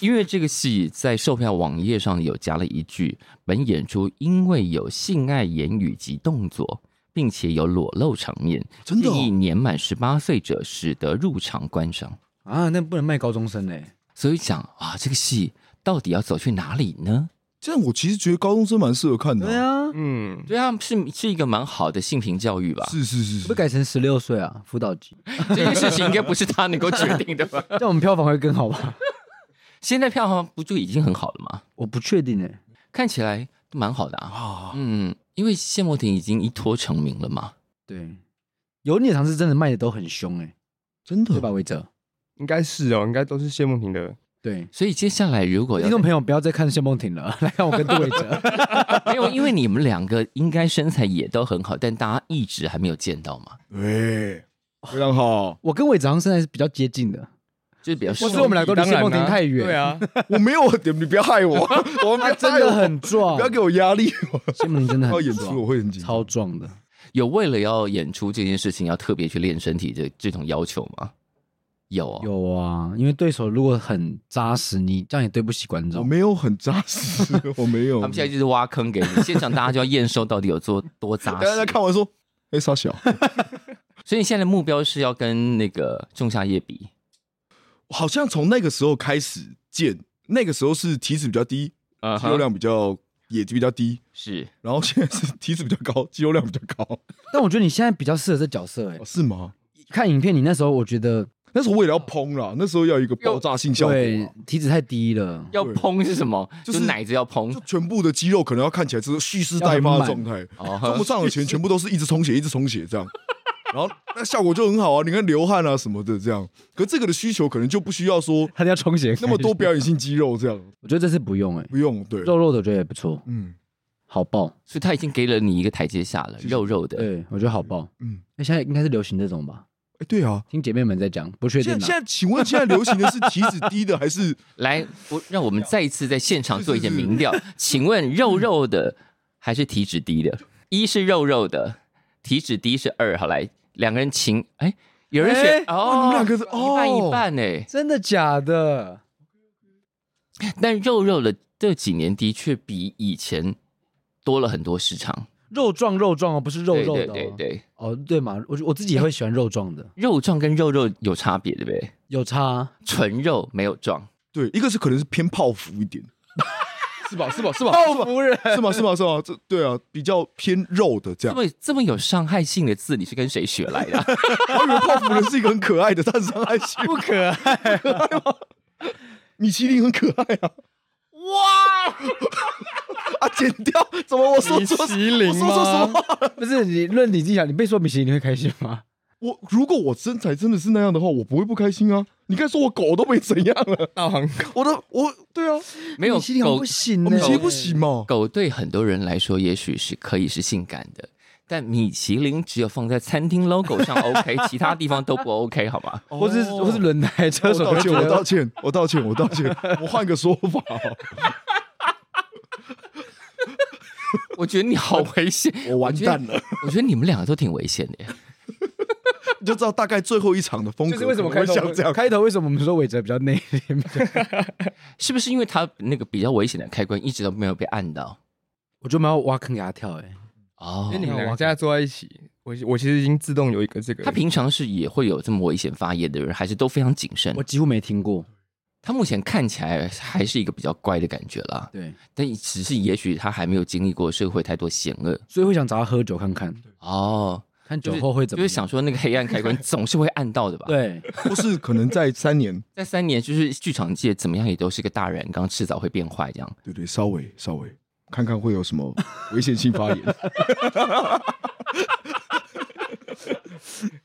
[SPEAKER 1] 因为这个戏在售票网页上有加了一句：本演出因为有性爱言语及动作，并且有裸露场面，
[SPEAKER 3] 真的哦
[SPEAKER 1] 建议年满十八岁者使得入场观赏。
[SPEAKER 2] 啊，那不能卖高中生嘞，
[SPEAKER 1] 所以讲啊，这个戏到底要走去哪里呢？
[SPEAKER 3] 这样我其实觉得高中生蛮适合看的
[SPEAKER 2] 对
[SPEAKER 3] 啊、
[SPEAKER 2] 啊，
[SPEAKER 4] 嗯，
[SPEAKER 1] 对啊，是是一个蛮好的性平教育吧？
[SPEAKER 3] 是是是
[SPEAKER 2] 会不会
[SPEAKER 3] 是，
[SPEAKER 2] 改成十六岁啊，辅导级，
[SPEAKER 1] 这件事情应该不是他能够决定的吧？
[SPEAKER 2] 这样我们票房会更好吧？
[SPEAKER 1] 现在票房不就已经很好了吗？
[SPEAKER 2] 我不确定哎，
[SPEAKER 1] 看起来蛮好的啊。
[SPEAKER 3] 啊，
[SPEAKER 1] 嗯，因为谢莫廷已经一脱成名了嘛。
[SPEAKER 2] 对，有你的尝试真的卖的都很凶哎、
[SPEAKER 3] 真
[SPEAKER 2] 对
[SPEAKER 3] 的啊
[SPEAKER 2] 吧，韦哲？
[SPEAKER 4] 应该是哦，应该都是谢梦婷的。
[SPEAKER 2] 对，
[SPEAKER 1] 所以接下来如果要
[SPEAKER 2] 听众朋友不要再看谢梦婷了，来 看我跟杜伟 哲。。
[SPEAKER 1] 没有，因为你们两个应该身材也都很好，但大家一直还没有见到嘛，
[SPEAKER 3] 对，非常好
[SPEAKER 2] 我跟伟哲好像现在是比较接近的，
[SPEAKER 1] 就是比较瘦
[SPEAKER 2] 我是我们两个都离谢梦婷太远，
[SPEAKER 4] 对，啊，
[SPEAKER 3] 我没有，你们不要害我，我
[SPEAKER 2] 他
[SPEAKER 3] 们
[SPEAKER 2] 真的很壮
[SPEAKER 3] 不，要给我压力。
[SPEAKER 2] 谢梦婷真的
[SPEAKER 3] 要
[SPEAKER 2] 很
[SPEAKER 3] 演出我
[SPEAKER 2] 壮，
[SPEAKER 3] 会很紧张，
[SPEAKER 2] 超壮的。
[SPEAKER 1] 有为了要演出这件事情要特别去练身体这这种要求吗？有、哦，
[SPEAKER 2] 有啊，因为对手如果很扎实，你这样也对不起观
[SPEAKER 3] 我
[SPEAKER 2] 众。
[SPEAKER 3] 没有很扎实，我没有。
[SPEAKER 1] 他们现在就是挖坑给你，现场大家就要验收到底有做多扎
[SPEAKER 3] 大家
[SPEAKER 1] 实。
[SPEAKER 3] 看完说，哎，傻小，
[SPEAKER 1] 所以你现在的目标是要跟那个仲夏夜比，
[SPEAKER 3] 好像从那个时候开始见，那个时候是体脂比较低，
[SPEAKER 1] 啊
[SPEAKER 3] 肌肉量比较也比较低，
[SPEAKER 1] 是
[SPEAKER 3] 然后现在是体脂比较高，肌肉量比较高，
[SPEAKER 2] 但我觉得你现在比较适合这角色哎、
[SPEAKER 3] 哦是吗？
[SPEAKER 2] 看影片你那时候我觉得
[SPEAKER 3] 那时候我也要砰啦，那时候要有一个爆炸性效果
[SPEAKER 2] 对
[SPEAKER 3] 啊，
[SPEAKER 2] 体脂太低了，
[SPEAKER 1] 要砰是什么？就
[SPEAKER 3] 就是
[SPEAKER 1] 奶子要砰
[SPEAKER 3] 就全部的肌肉可能要看起来是蓄势待发的状态，
[SPEAKER 1] 哦
[SPEAKER 3] 中不上的拳全部都是一直充血，一直充血这样。然后那效果就很好啊，你看流汗啊什么的这样。可这个的需求可能就不需要说
[SPEAKER 2] 他要充血
[SPEAKER 3] 那么多，表演性肌肉这样，
[SPEAKER 2] 我觉得这次不用哎、
[SPEAKER 3] 不用对，
[SPEAKER 2] 肉肉的我觉得也不错，
[SPEAKER 3] 嗯，
[SPEAKER 2] 好爆，
[SPEAKER 1] 所以他已经给了你一个台阶下了，
[SPEAKER 3] 谢谢
[SPEAKER 1] 肉肉的。
[SPEAKER 2] 对我觉得好爆，
[SPEAKER 3] 嗯
[SPEAKER 2] 嗯，那现在应该是流行这种吧？
[SPEAKER 3] 哎对啊。
[SPEAKER 2] 听姐妹们在讲，不确定
[SPEAKER 3] 现在
[SPEAKER 2] 啊
[SPEAKER 3] 现。在，请问现在流行的是体脂低的还是
[SPEAKER 1] 来，我让我们再一次在现场
[SPEAKER 3] 是
[SPEAKER 1] 做一点
[SPEAKER 3] 是是
[SPEAKER 1] 民调，请问肉肉的还是体脂低的？一是肉肉的，体脂低是二。好，来，两个人请，哎，有人选、
[SPEAKER 2] 哎
[SPEAKER 1] 哦，
[SPEAKER 3] 哇你们两个是
[SPEAKER 1] 一半
[SPEAKER 3] 哦
[SPEAKER 1] 一半哎。
[SPEAKER 2] 真的假的？
[SPEAKER 1] 但肉肉的这几年的确比以前多了很多市场，
[SPEAKER 2] 肉壮肉壮哦，不是肉肉
[SPEAKER 1] 对
[SPEAKER 2] 的、哦。
[SPEAKER 1] 对对对，
[SPEAKER 2] 哦，对嘛，我我自己也会喜欢肉壮的，
[SPEAKER 1] 肉壮跟肉肉有差别，对不对？
[SPEAKER 2] 有差啊、
[SPEAKER 1] 纯肉没有壮，
[SPEAKER 3] 对？一个是可能是偏泡芙一点， 是吧？是吧？是吧？是吧
[SPEAKER 2] 服人。
[SPEAKER 3] 是吗？是吗？是吗？这对啊，比较偏肉的
[SPEAKER 1] 这
[SPEAKER 3] 这样。
[SPEAKER 1] 么这么有伤害性的字，你是跟谁学来的？
[SPEAKER 3] 我以为泡芙人是一个很可爱的，但是伤害性不可爱，米其林很可爱啊！哇！啊，剪掉，怎么我说
[SPEAKER 4] 米
[SPEAKER 3] 错？
[SPEAKER 4] 其林
[SPEAKER 3] 我
[SPEAKER 2] 啊
[SPEAKER 3] 说错什么
[SPEAKER 4] 吗？
[SPEAKER 3] 话？
[SPEAKER 2] 不是你论你自己想，你被说米其林你会开心吗？
[SPEAKER 3] 我如果我身材真的是那样的话，我不会不开心啊！你刚才说我狗都没怎样了，
[SPEAKER 4] 大黄
[SPEAKER 3] 我都我对啊，
[SPEAKER 1] 没有
[SPEAKER 2] 米其林
[SPEAKER 1] 狗
[SPEAKER 2] 不行
[SPEAKER 3] 我
[SPEAKER 2] 呢、
[SPEAKER 3] 米其林不行嘛？
[SPEAKER 1] 狗对很多人来说，也许是可以是性感的，但米其林只有放在餐厅 logo 上 OK，其他地方都不 OK，好吗？
[SPEAKER 2] 或是
[SPEAKER 3] 哦
[SPEAKER 2] 或是轮胎车
[SPEAKER 3] 我
[SPEAKER 2] 手
[SPEAKER 3] 道
[SPEAKER 2] 会
[SPEAKER 3] 歉，
[SPEAKER 2] 觉
[SPEAKER 3] 我
[SPEAKER 2] 得
[SPEAKER 3] 道歉，我道歉，我道歉，我换个说法哦、
[SPEAKER 1] 我觉得你好危险，
[SPEAKER 3] 我完蛋了
[SPEAKER 1] 我觉得。我觉得你们两个都挺危险的耶。
[SPEAKER 3] 你就知道大概最后一场的风格
[SPEAKER 2] 就是为什么
[SPEAKER 3] 可
[SPEAKER 2] 开
[SPEAKER 3] 能会
[SPEAKER 2] 头
[SPEAKER 3] 像这样。
[SPEAKER 2] 开头为什么我们说伟哲比较内敛？
[SPEAKER 1] 是不是因为他那个比较危险的开关一直都没有被按到？
[SPEAKER 2] 我就蛮要挖坑给他跳哎、
[SPEAKER 1] 哦
[SPEAKER 4] 因为，你们两个现在坐在一起，我我其实已经自动有一个这个。
[SPEAKER 1] 他平常是也会有这么危险发言的人，还是都非常谨慎
[SPEAKER 2] 我。几乎没听过。
[SPEAKER 1] 他目前看起来还是一个比较乖的感觉啦，
[SPEAKER 2] 对，
[SPEAKER 1] 但只是也许他还没有经历过社会太多险恶
[SPEAKER 2] 所以会想找他喝酒看看，
[SPEAKER 1] 哦。
[SPEAKER 2] 看
[SPEAKER 1] 就
[SPEAKER 2] 酒
[SPEAKER 1] 是
[SPEAKER 2] 后会怎么
[SPEAKER 1] 就
[SPEAKER 2] 样。
[SPEAKER 1] 是想说那个黑暗开关总是会按到的吧？
[SPEAKER 2] 对，
[SPEAKER 3] 不是可能在三年，
[SPEAKER 1] 在三年，就是剧场界怎么样也都是个大染缸，迟早会变坏这样。
[SPEAKER 3] 对对，稍微稍微看看会有什么危险性发言。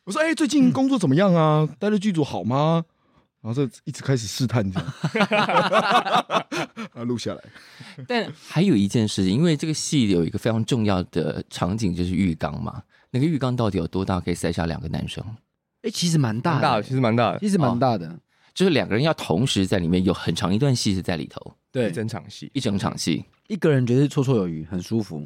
[SPEAKER 3] 我说：“哎、最近工作怎么样啊？待在剧组好吗？”然后这一直开始试探这样， 啊，录下来。
[SPEAKER 1] 但还有一件事情，因为这个戏有一个非常重要的场景就是浴缸嘛，那个浴缸到底有多大可以塞下两个男生？
[SPEAKER 2] 哎，其实蛮大
[SPEAKER 4] 蛮
[SPEAKER 2] 的、哦
[SPEAKER 4] 大的，其实蛮大的，
[SPEAKER 2] 其实蛮大的。
[SPEAKER 1] 就是两个人要同时在里面，有很长一段戏是在里头，
[SPEAKER 4] 一
[SPEAKER 2] 对，
[SPEAKER 4] 整场戏。
[SPEAKER 1] 一整场戏，
[SPEAKER 2] 一个人觉得绰绰有余，很舒服。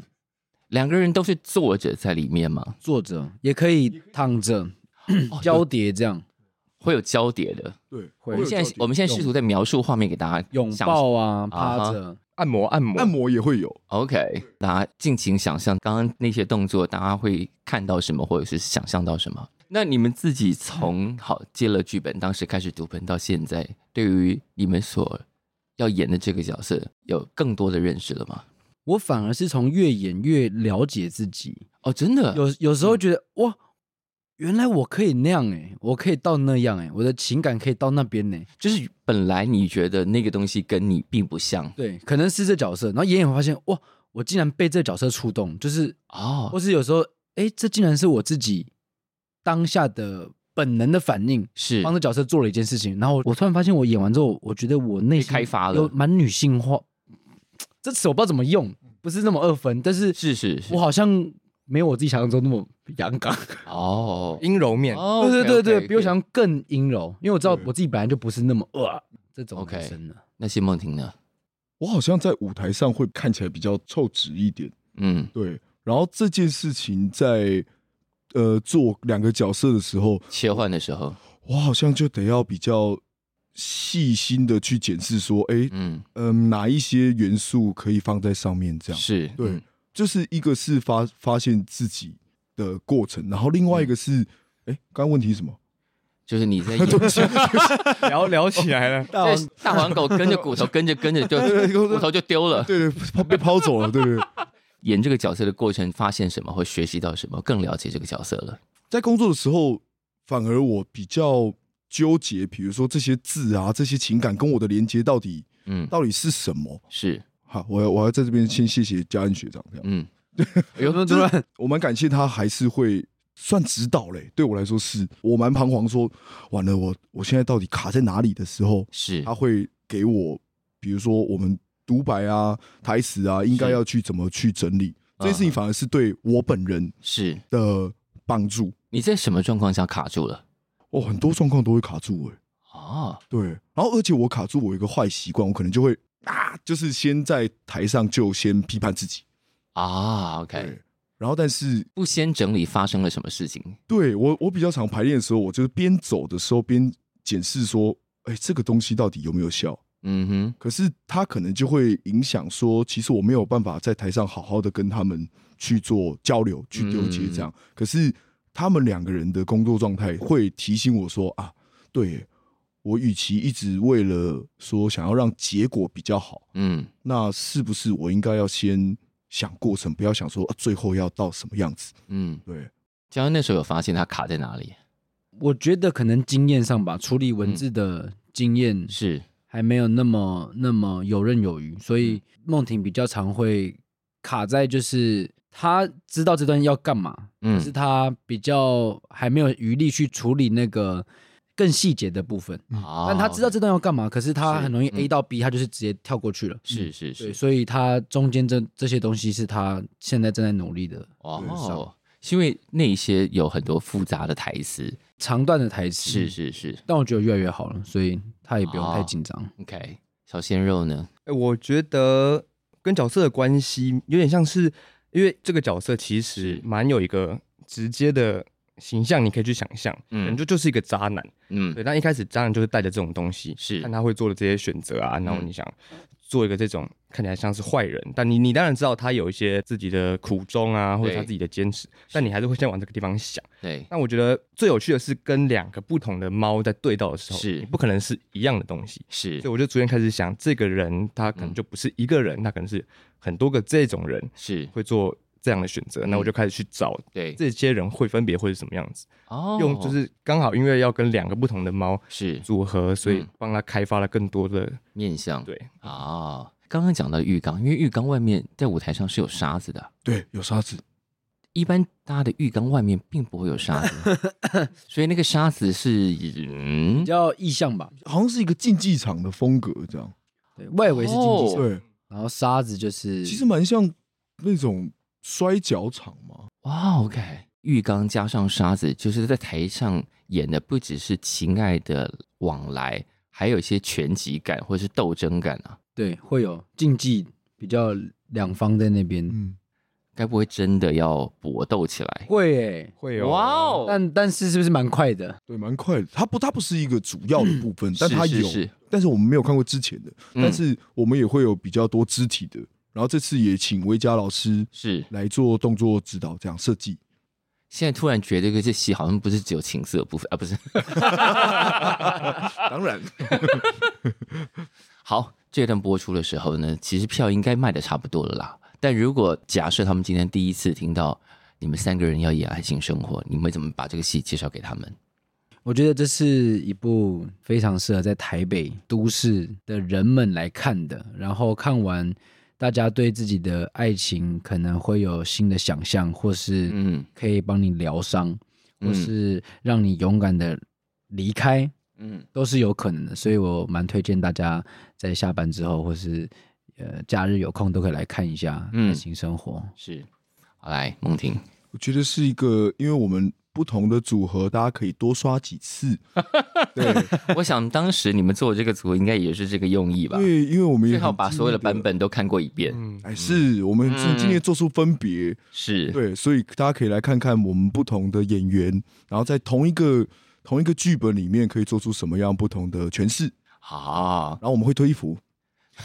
[SPEAKER 1] 两个人都是坐着在里面嘛，哦
[SPEAKER 2] 坐着也可以躺着，
[SPEAKER 3] 嗯
[SPEAKER 2] 交叠这样，
[SPEAKER 1] 会有交叠的。
[SPEAKER 3] 对，
[SPEAKER 1] 我
[SPEAKER 2] 会
[SPEAKER 3] 会有
[SPEAKER 1] 们现在
[SPEAKER 3] 交集
[SPEAKER 1] 我们现在试图在描述画面给大家
[SPEAKER 2] 拥
[SPEAKER 1] 想
[SPEAKER 2] 抱啊，
[SPEAKER 1] 啊哈
[SPEAKER 2] 趴着。
[SPEAKER 4] 按摩按摩
[SPEAKER 3] 按摩也会有，
[SPEAKER 1] OK，大家尽情想象刚刚那些动作，大家会看到什么，或者是想象到什么？那你们自己从好接了剧本，当时开始读本到现在，对于你们所要演的这个角色，有更多的认识了吗？
[SPEAKER 2] 我反而是从越演越了解自己，
[SPEAKER 1] 哦，真的，
[SPEAKER 2] 有有时候觉得哇，原来我可以那样哎、我可以到那样哎、我的情感可以到那边呢、
[SPEAKER 1] 就是本来你觉得那个东西跟你并不像，
[SPEAKER 2] 对，可能是这角色，然后演演发现哇，我竟然被这个角色触动，就是
[SPEAKER 1] 哦
[SPEAKER 2] 或是有时候，哎、这竟然是我自己当下的本能的反应，
[SPEAKER 1] 是
[SPEAKER 2] 帮这角色做了一件事情，然后我我突然发现，我演完之后，我觉得我内心
[SPEAKER 1] 被开发了
[SPEAKER 2] 有蛮女性化。这词我不知道怎么用，不是那么二分，但是
[SPEAKER 1] 是是是
[SPEAKER 2] 我好像没有我自己想象中那么阳刚。
[SPEAKER 1] 哦
[SPEAKER 4] 阴柔 面，
[SPEAKER 1] 哦
[SPEAKER 2] 对对对对，比我想
[SPEAKER 1] 想
[SPEAKER 2] 象更阴柔，因为我知道
[SPEAKER 3] 对
[SPEAKER 2] 我自己本来就不是那么呃这种
[SPEAKER 1] OK
[SPEAKER 2] 女生了。。
[SPEAKER 1] 那谢梦婷呢？
[SPEAKER 3] 我好像在舞台上会看起来比较臭直一点，
[SPEAKER 1] 嗯，
[SPEAKER 3] 对。然后这件事情在呃做两个角色的时候，
[SPEAKER 1] 切换的时候，
[SPEAKER 3] 我好像就得要比较细心的去检视，说，哎、
[SPEAKER 1] 嗯，
[SPEAKER 3] 嗯、哪一些元素可以放在上面？这样
[SPEAKER 1] 是
[SPEAKER 3] 对，
[SPEAKER 1] 嗯
[SPEAKER 3] 就是一个是发发现自己的过程，然后另外一个
[SPEAKER 1] 嗯
[SPEAKER 3] 是，哎、刚刚问题是什么？
[SPEAKER 1] 就是你在演这
[SPEAKER 4] 聊聊起来了
[SPEAKER 2] 大王
[SPEAKER 1] 大黄狗跟着骨头跟着跟 着就骨头就丢了。
[SPEAKER 3] 对对，抛被抛走了，对对对。
[SPEAKER 1] 演这个角色的过程，发现什么，或学习到什么，更了解这个角色了。
[SPEAKER 3] 在工作的时候，反而我比较纠结，比如说这些字啊，这些情感跟我的连接到底
[SPEAKER 1] 嗯，
[SPEAKER 3] 到底是什么？
[SPEAKER 1] 是，
[SPEAKER 3] 好，我要我要在这边先谢谢嘉恩学长，这样
[SPEAKER 1] 嗯，
[SPEAKER 2] 有没有突然
[SPEAKER 3] 我蛮感谢他，还是会算指导嘞。对我来说是，我蛮彷徨说，完了，我我现在到底卡在哪里的时候，
[SPEAKER 1] 是
[SPEAKER 3] 他，会给我，比如说我们独白啊、台词啊，应该
[SPEAKER 1] 是
[SPEAKER 3] 要去怎么去整理，这件事情反而是对我本人
[SPEAKER 1] 是。
[SPEAKER 3] 的帮助。
[SPEAKER 1] 你在什么状况下卡住了？
[SPEAKER 3] 哦，很多状况都会卡住哎、
[SPEAKER 1] 哦，
[SPEAKER 3] 对，然后而且我卡住，我有一个坏习惯，我可能就会啊，就是先在台上就先批判自己，
[SPEAKER 1] 啊，OK，
[SPEAKER 3] 对，然后但是
[SPEAKER 1] 不先整理发生了什么事情，
[SPEAKER 3] 对我我比较常排练的时候，我就是边走的时候边检视说，哎，这个东西到底有没有效？
[SPEAKER 1] 嗯哼，
[SPEAKER 3] 可是它可能就会影响说，其实我没有办法在台上好好的跟他们去做交流、去纠结这样。可是他们两个人的工作状态会提醒我说啊，对我与其一直为了说想要让结果比较好，
[SPEAKER 1] 嗯，
[SPEAKER 3] 那是不是我应该要先想过程，不要想说、啊最后要到什么样子？
[SPEAKER 1] 嗯，
[SPEAKER 3] 对，
[SPEAKER 1] 江恩那时候有发现他卡在哪里？
[SPEAKER 2] 我觉得可能经验上吧，处理文字的经验
[SPEAKER 1] 是
[SPEAKER 2] 还没有那么那么游刃有余，所以梦婷比较常会卡在就是她知道这段要干嘛，
[SPEAKER 1] 嗯
[SPEAKER 2] 可是她比较还没有余力去处理那个更细节的部分。
[SPEAKER 1] 啊，
[SPEAKER 2] 但她知道这段要干嘛，可哦是她
[SPEAKER 1] 是
[SPEAKER 2] 很容易
[SPEAKER 1] 嗯
[SPEAKER 2] A 到 B，她就是直接跳过去了。
[SPEAKER 1] 是是
[SPEAKER 2] 对，
[SPEAKER 1] 是，
[SPEAKER 2] 所以她中间这这些东西是她现在正在努力的
[SPEAKER 1] 哦，是因为那一些有很多复杂的台词，
[SPEAKER 2] 长段的台词。
[SPEAKER 1] 是，是是
[SPEAKER 2] 但我觉得越来越好了，所以她也不用太
[SPEAKER 1] 哦
[SPEAKER 2] 紧张。
[SPEAKER 1] ，OK，小鲜肉呢？
[SPEAKER 4] 哎我觉得跟角色的关系有点像是，因为这个角色其实
[SPEAKER 1] 是
[SPEAKER 4] 蛮有一个直接的形象，你可以去想象，
[SPEAKER 1] 嗯
[SPEAKER 4] 嗯，可能就就是一个渣男，
[SPEAKER 1] 嗯，
[SPEAKER 4] 对，但一开始当然就是带着这种东西，
[SPEAKER 1] 是
[SPEAKER 4] 看他会做的这些选择啊，然后
[SPEAKER 1] 嗯
[SPEAKER 4] 你想做一个这种看起来像是坏人，但你你当然知道他有一些自己的苦衷啊，或者他
[SPEAKER 1] 对
[SPEAKER 4] 自己的坚持，但你还是会先往这个地方想。
[SPEAKER 1] 对，
[SPEAKER 4] 但我觉得最有趣的是跟两个不同的猫在对到的时候，
[SPEAKER 1] 是
[SPEAKER 4] 你不可能是一样的东西，
[SPEAKER 1] 是嗯
[SPEAKER 4] 所以我就逐渐开始想，这个人他可能就不是一个人，他可能是很多个这种人
[SPEAKER 1] 是，
[SPEAKER 4] 会做这样的选择，
[SPEAKER 1] 嗯
[SPEAKER 4] 那我就开始去找
[SPEAKER 1] 对，
[SPEAKER 4] 这些人会分别会是什么样子，
[SPEAKER 1] 哦，
[SPEAKER 4] 用就是刚好因为要跟两个不同的猫
[SPEAKER 1] 是
[SPEAKER 4] 组合，所以
[SPEAKER 1] 嗯
[SPEAKER 4] 帮他开发了更多的
[SPEAKER 1] 面相，
[SPEAKER 4] 对，
[SPEAKER 1] 啊。刚刚讲到浴缸，因为浴缸外面在舞台上是有沙子的，
[SPEAKER 3] 对，有沙子，
[SPEAKER 1] 一般大家的浴缸外面并不会有沙子，所以那个沙子是嗯
[SPEAKER 2] 比，较意向吧，
[SPEAKER 3] 好像是一个竞技场的风格这样。
[SPEAKER 2] 对，外围是经济
[SPEAKER 1] 哦
[SPEAKER 2] 舱，
[SPEAKER 3] 对，
[SPEAKER 2] 然后沙子就是
[SPEAKER 3] 其实蛮像那种摔跤场嘛。
[SPEAKER 1] 哇，OK，浴缸加上沙子，就是在台上演的不只是情爱的往来，还有一些拳击感或是斗争感啊。
[SPEAKER 2] 对会有竞技比较两方在那边、
[SPEAKER 3] 嗯，
[SPEAKER 1] 该不会真的要搏斗起来？
[SPEAKER 2] 会诶、
[SPEAKER 4] 会
[SPEAKER 1] 哇哦，
[SPEAKER 2] 但但是是不是蛮快的？
[SPEAKER 3] 对，蛮快的。它不，它不是一个主要的部分，
[SPEAKER 1] 嗯
[SPEAKER 3] 但
[SPEAKER 1] 是
[SPEAKER 3] 它
[SPEAKER 1] 是
[SPEAKER 3] 有，
[SPEAKER 1] 是
[SPEAKER 3] 但是我们没有看过之前的，
[SPEAKER 1] 嗯
[SPEAKER 3] 但是我们也会有比较多肢体的。然后这次也请维嘉老师
[SPEAKER 1] 是，
[SPEAKER 3] 来做动作指导，这样设计。
[SPEAKER 1] 现在突然觉得这个戏好像不是只有情色的部分啊，不是。 啊
[SPEAKER 3] 当然，
[SPEAKER 1] 好，这段播出的时候呢，其实票应该卖的差不多了啦。但如果假设他们今天第一次听到你们三个人要演《爱情生活》，你们会怎么把这个戏介绍给他们？
[SPEAKER 2] 我觉得这是一部非常适合在台北都市的人们来看的，然后看完。大家对自己的爱情可能会有新的想象，或是
[SPEAKER 1] 嗯
[SPEAKER 2] 可以帮你疗伤，或
[SPEAKER 1] 嗯
[SPEAKER 2] 是让你勇敢的离开，
[SPEAKER 1] 嗯，
[SPEAKER 2] 都是有可能的。所以我蛮推荐大家在下班之后，或是呃假日有空都可以来看一下《
[SPEAKER 1] 嗯
[SPEAKER 2] 爱情生活》
[SPEAKER 1] 是。好，来梦婷，
[SPEAKER 3] 我觉得是一个，因为我们不同的组合，大家可以多刷几次。对，
[SPEAKER 1] 我想当时你们做这个组合应该也是这个用意吧
[SPEAKER 3] 因？为因为我们也
[SPEAKER 1] 最好
[SPEAKER 3] 很
[SPEAKER 1] 把
[SPEAKER 3] 尽
[SPEAKER 1] 所有的
[SPEAKER 3] 力
[SPEAKER 1] 版本都嗯看过一遍。
[SPEAKER 4] 嗯，
[SPEAKER 3] 哎，是我们很尽尽力地做出分别。
[SPEAKER 1] 是，
[SPEAKER 3] 对，所以大家可以来看看我们不同的演员，然后在同一个同一个剧本里面可以做出什么样不同的诠释。
[SPEAKER 1] 好，
[SPEAKER 3] 然后我们会脱衣服。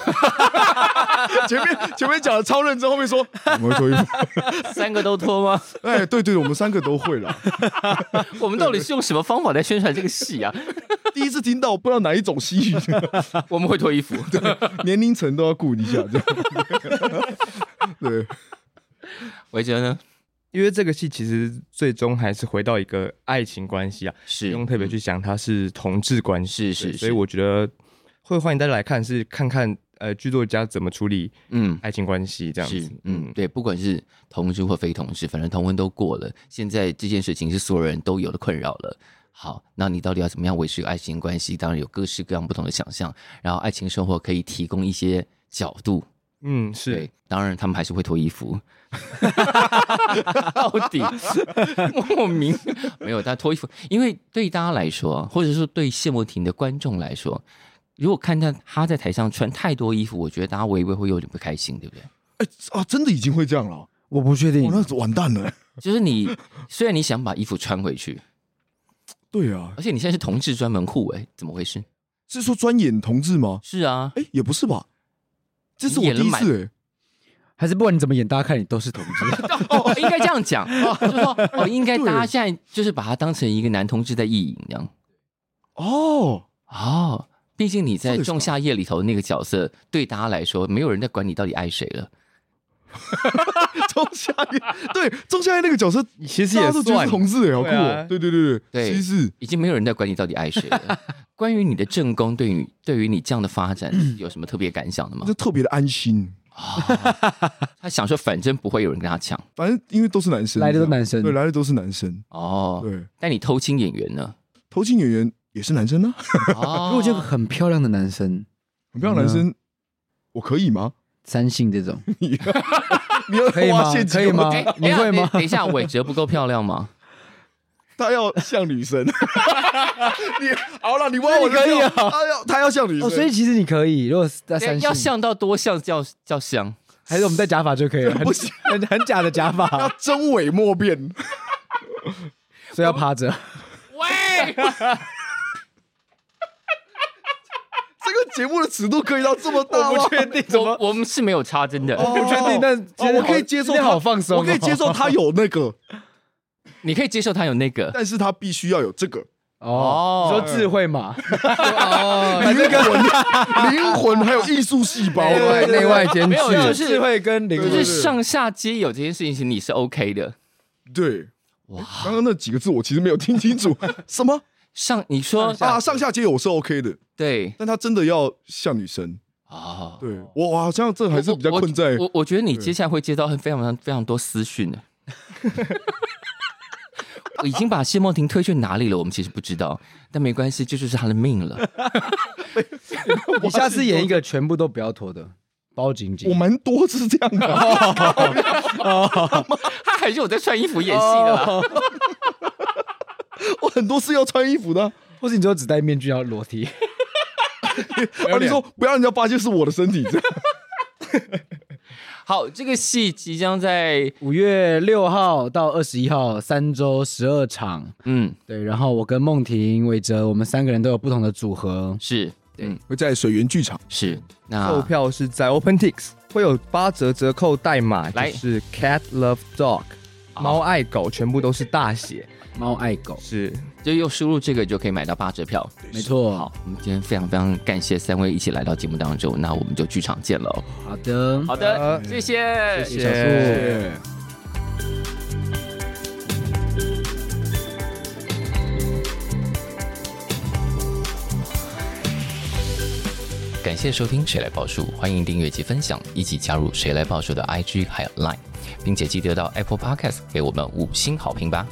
[SPEAKER 3] 前面前面讲的超认真，后面 说我们会脱衣服。
[SPEAKER 1] 三个都脱 吗？
[SPEAKER 3] 哎，对对，我们三个都会了。
[SPEAKER 1] 我们到底是用什么方法在宣传这个戏啊？
[SPEAKER 3] 第一次听到，不知道哪一种西语，
[SPEAKER 1] 我们会脱衣服。
[SPEAKER 3] 年龄层都要顾一下，这样。 对，
[SPEAKER 1] 维哲呢？
[SPEAKER 4] 因为这个戏其实最终还是回到一个爱情关系啊，不
[SPEAKER 1] 是
[SPEAKER 4] 用特别去想它是同志关系，
[SPEAKER 1] 嗯是是
[SPEAKER 4] 对
[SPEAKER 1] 是，
[SPEAKER 4] 所以我觉得会欢迎大家来看，是看看呃剧作家怎么处理
[SPEAKER 1] 嗯。
[SPEAKER 4] 爱情关系这样
[SPEAKER 1] 是
[SPEAKER 4] 子，，
[SPEAKER 1] 嗯，，对，不管是同志或非同志，反正同婚都过了，现在这件事情是所有人都有的困扰了。好，那你到底要怎么样维持爱情关系？当然有各式各样不同的想象，然后爱情生活可以提供一些角度。
[SPEAKER 4] 嗯是
[SPEAKER 1] 对，，当然他们还是会脱衣 服，到底莫名没有，但脱衣服，因为对大家来说，或者说对谢莫婷的观众来说，如果看到她在台上穿太多衣服，我觉得大家微微会有点不开心，对不对？
[SPEAKER 3] 哎啊，真的已经会这样了，哦，
[SPEAKER 2] 我不确定，
[SPEAKER 3] 那完蛋了。
[SPEAKER 1] 就是你虽然你想把衣服穿回去，
[SPEAKER 3] 对啊，
[SPEAKER 1] 而且你现在是同志专门户，哎，怎么回事？
[SPEAKER 3] 是说专演同志吗？
[SPEAKER 1] 是啊，
[SPEAKER 3] 哎，也不是吧，这是
[SPEAKER 1] 你
[SPEAKER 3] 我
[SPEAKER 1] 演
[SPEAKER 3] 第
[SPEAKER 1] 了
[SPEAKER 3] 一
[SPEAKER 1] 蛮
[SPEAKER 3] 次哎。
[SPEAKER 2] 还是不管你怎么演，大家看你都是同志。
[SPEAKER 1] 哦，应该这样讲，就是 说哦，应该大家现在就是把它当成一个男同志在意淫这样。
[SPEAKER 3] 哦，
[SPEAKER 1] 哦，毕竟你在
[SPEAKER 3] 这
[SPEAKER 1] 《
[SPEAKER 3] 个是
[SPEAKER 1] 仲夏夜》里头那个角色，对大家来说，没有人在管你到底爱谁了。
[SPEAKER 3] 仲夏夜， 对，仲夏夜那个角色，
[SPEAKER 4] 其实
[SPEAKER 3] 大
[SPEAKER 4] 也
[SPEAKER 3] 家都觉得
[SPEAKER 4] 算
[SPEAKER 3] 是同志哎，好酷
[SPEAKER 4] 对
[SPEAKER 3] 哦
[SPEAKER 4] 啊！
[SPEAKER 3] 对对对
[SPEAKER 1] 对
[SPEAKER 3] 其实
[SPEAKER 1] 已经没有人在管你到底爱谁了。 关于你的正宫，对于对于你这样的发 展有什么特别感想的吗
[SPEAKER 2] 啊
[SPEAKER 3] 就？特别的安心，
[SPEAKER 1] 他想说，反正不会有人跟他抢
[SPEAKER 3] 反正因为都是男生，
[SPEAKER 2] 来的都
[SPEAKER 3] 这样
[SPEAKER 2] 男生啊
[SPEAKER 3] 对，来的都是男生，
[SPEAKER 1] 哦。
[SPEAKER 3] 对，
[SPEAKER 1] 但你偷亲演员 呢？
[SPEAKER 3] 偷情演员也是男生啊，
[SPEAKER 1] 哦
[SPEAKER 2] 如果这个很漂亮的男生，
[SPEAKER 3] 很漂亮
[SPEAKER 2] 嗯
[SPEAKER 3] 男生，我可以吗？
[SPEAKER 2] 三性这 种，
[SPEAKER 3] 你要
[SPEAKER 2] 可以吗
[SPEAKER 3] 花现金
[SPEAKER 2] 可以吗
[SPEAKER 1] 哎
[SPEAKER 2] 你会吗
[SPEAKER 1] 等一下等一下，韦哲不够漂亮吗？
[SPEAKER 3] 他要像 女生，你好了，你挖我的
[SPEAKER 2] 那你可以啊
[SPEAKER 3] 料他要他要像女
[SPEAKER 2] 哦，
[SPEAKER 3] 生，
[SPEAKER 2] 所以其实你可以，如果是在三性
[SPEAKER 1] 要像到多像叫叫像？
[SPEAKER 2] 还是我们戴假发就 可以了，很
[SPEAKER 3] 不行
[SPEAKER 2] 很很假的假
[SPEAKER 3] 要
[SPEAKER 2] 发，
[SPEAKER 3] 真伪莫辨。
[SPEAKER 2] 所以要趴着。
[SPEAKER 1] 喂，
[SPEAKER 3] 这个节目的尺度可以到这么大吗？
[SPEAKER 2] 确定
[SPEAKER 1] 我我们是没有差，真的。
[SPEAKER 3] 哦
[SPEAKER 2] 确定但
[SPEAKER 3] 哦
[SPEAKER 2] 今天
[SPEAKER 3] 我可
[SPEAKER 2] 好
[SPEAKER 3] 以接受
[SPEAKER 2] 今天
[SPEAKER 3] 他，
[SPEAKER 2] 好放松哦
[SPEAKER 3] 我可以接受他有那个，
[SPEAKER 1] 你可以接受他有那个
[SPEAKER 3] 但是他必须要有这个。
[SPEAKER 2] 哦，
[SPEAKER 1] 哦
[SPEAKER 2] 你说智慧嘛，
[SPEAKER 3] 反正跟魂、灵魂还有艺术细 胞，
[SPEAKER 2] 内外内外兼
[SPEAKER 1] 没有就
[SPEAKER 2] 具，
[SPEAKER 1] 是
[SPEAKER 2] 智慧跟灵
[SPEAKER 1] 就
[SPEAKER 2] 魂，
[SPEAKER 1] 是上下皆有这件事情，其实你是 OK 的。
[SPEAKER 3] 对。
[SPEAKER 1] 哇，
[SPEAKER 3] 刚刚那几个字我其实没有听清 楚，什么
[SPEAKER 1] 上你说
[SPEAKER 3] 啊？上下皆有是 OK 的，
[SPEAKER 1] 对
[SPEAKER 3] 但他真的要像女生。
[SPEAKER 1] 哦，
[SPEAKER 3] 对我我好像这还是比较困在
[SPEAKER 1] 我我我觉得你接下来会接到非常非常非常多私讯 的。我已经把谢梦婷推去哪里了，我们其实不知道，但没关系，这就是她的命了。
[SPEAKER 2] 你下次演一个全部都不要脱的，包紧紧
[SPEAKER 3] 我。蛮多是这样的。
[SPEAKER 1] 她还是有在穿衣服演戏的啦。
[SPEAKER 3] 我很多是要穿衣服的啊，
[SPEAKER 2] 或是你就只戴面具要裸体，
[SPEAKER 3] 然啊后你说不要让人家发现是我的身体，这样
[SPEAKER 1] 好，这个戏即将在
[SPEAKER 2] 五月六号到二十一号三周十二场，
[SPEAKER 1] 嗯
[SPEAKER 2] 对，然后我跟梦婷、伟哲，我们三个人都有不同的组合，
[SPEAKER 1] 是嗯
[SPEAKER 3] 会 在水源剧场。
[SPEAKER 1] 是
[SPEAKER 4] 售
[SPEAKER 1] 那
[SPEAKER 4] 票是在 OpenTix，会有八折折扣代码，
[SPEAKER 1] 来
[SPEAKER 4] 就是 Cat Love Dog，猫爱狗，全部都是大写，
[SPEAKER 2] 猫爱狗，
[SPEAKER 4] 是
[SPEAKER 1] 就又输入这个就可以买到八折票。
[SPEAKER 2] 没错，好
[SPEAKER 1] 我们今天非常非常感谢三位一起来到节目当中，那我们就剧场见了哦。
[SPEAKER 2] 的，
[SPEAKER 1] 好
[SPEAKER 4] 好
[SPEAKER 1] 的，
[SPEAKER 4] 的
[SPEAKER 1] 谢谢，
[SPEAKER 4] 谢
[SPEAKER 2] 小
[SPEAKER 4] 谢
[SPEAKER 2] 树。
[SPEAKER 3] 对。
[SPEAKER 1] 感谢收听《谁来报数》，欢迎订阅及分享，一起加入《谁来报数》的 IG 还有 Line，并且记得到 Apple Podcast 给我们五星好评吧。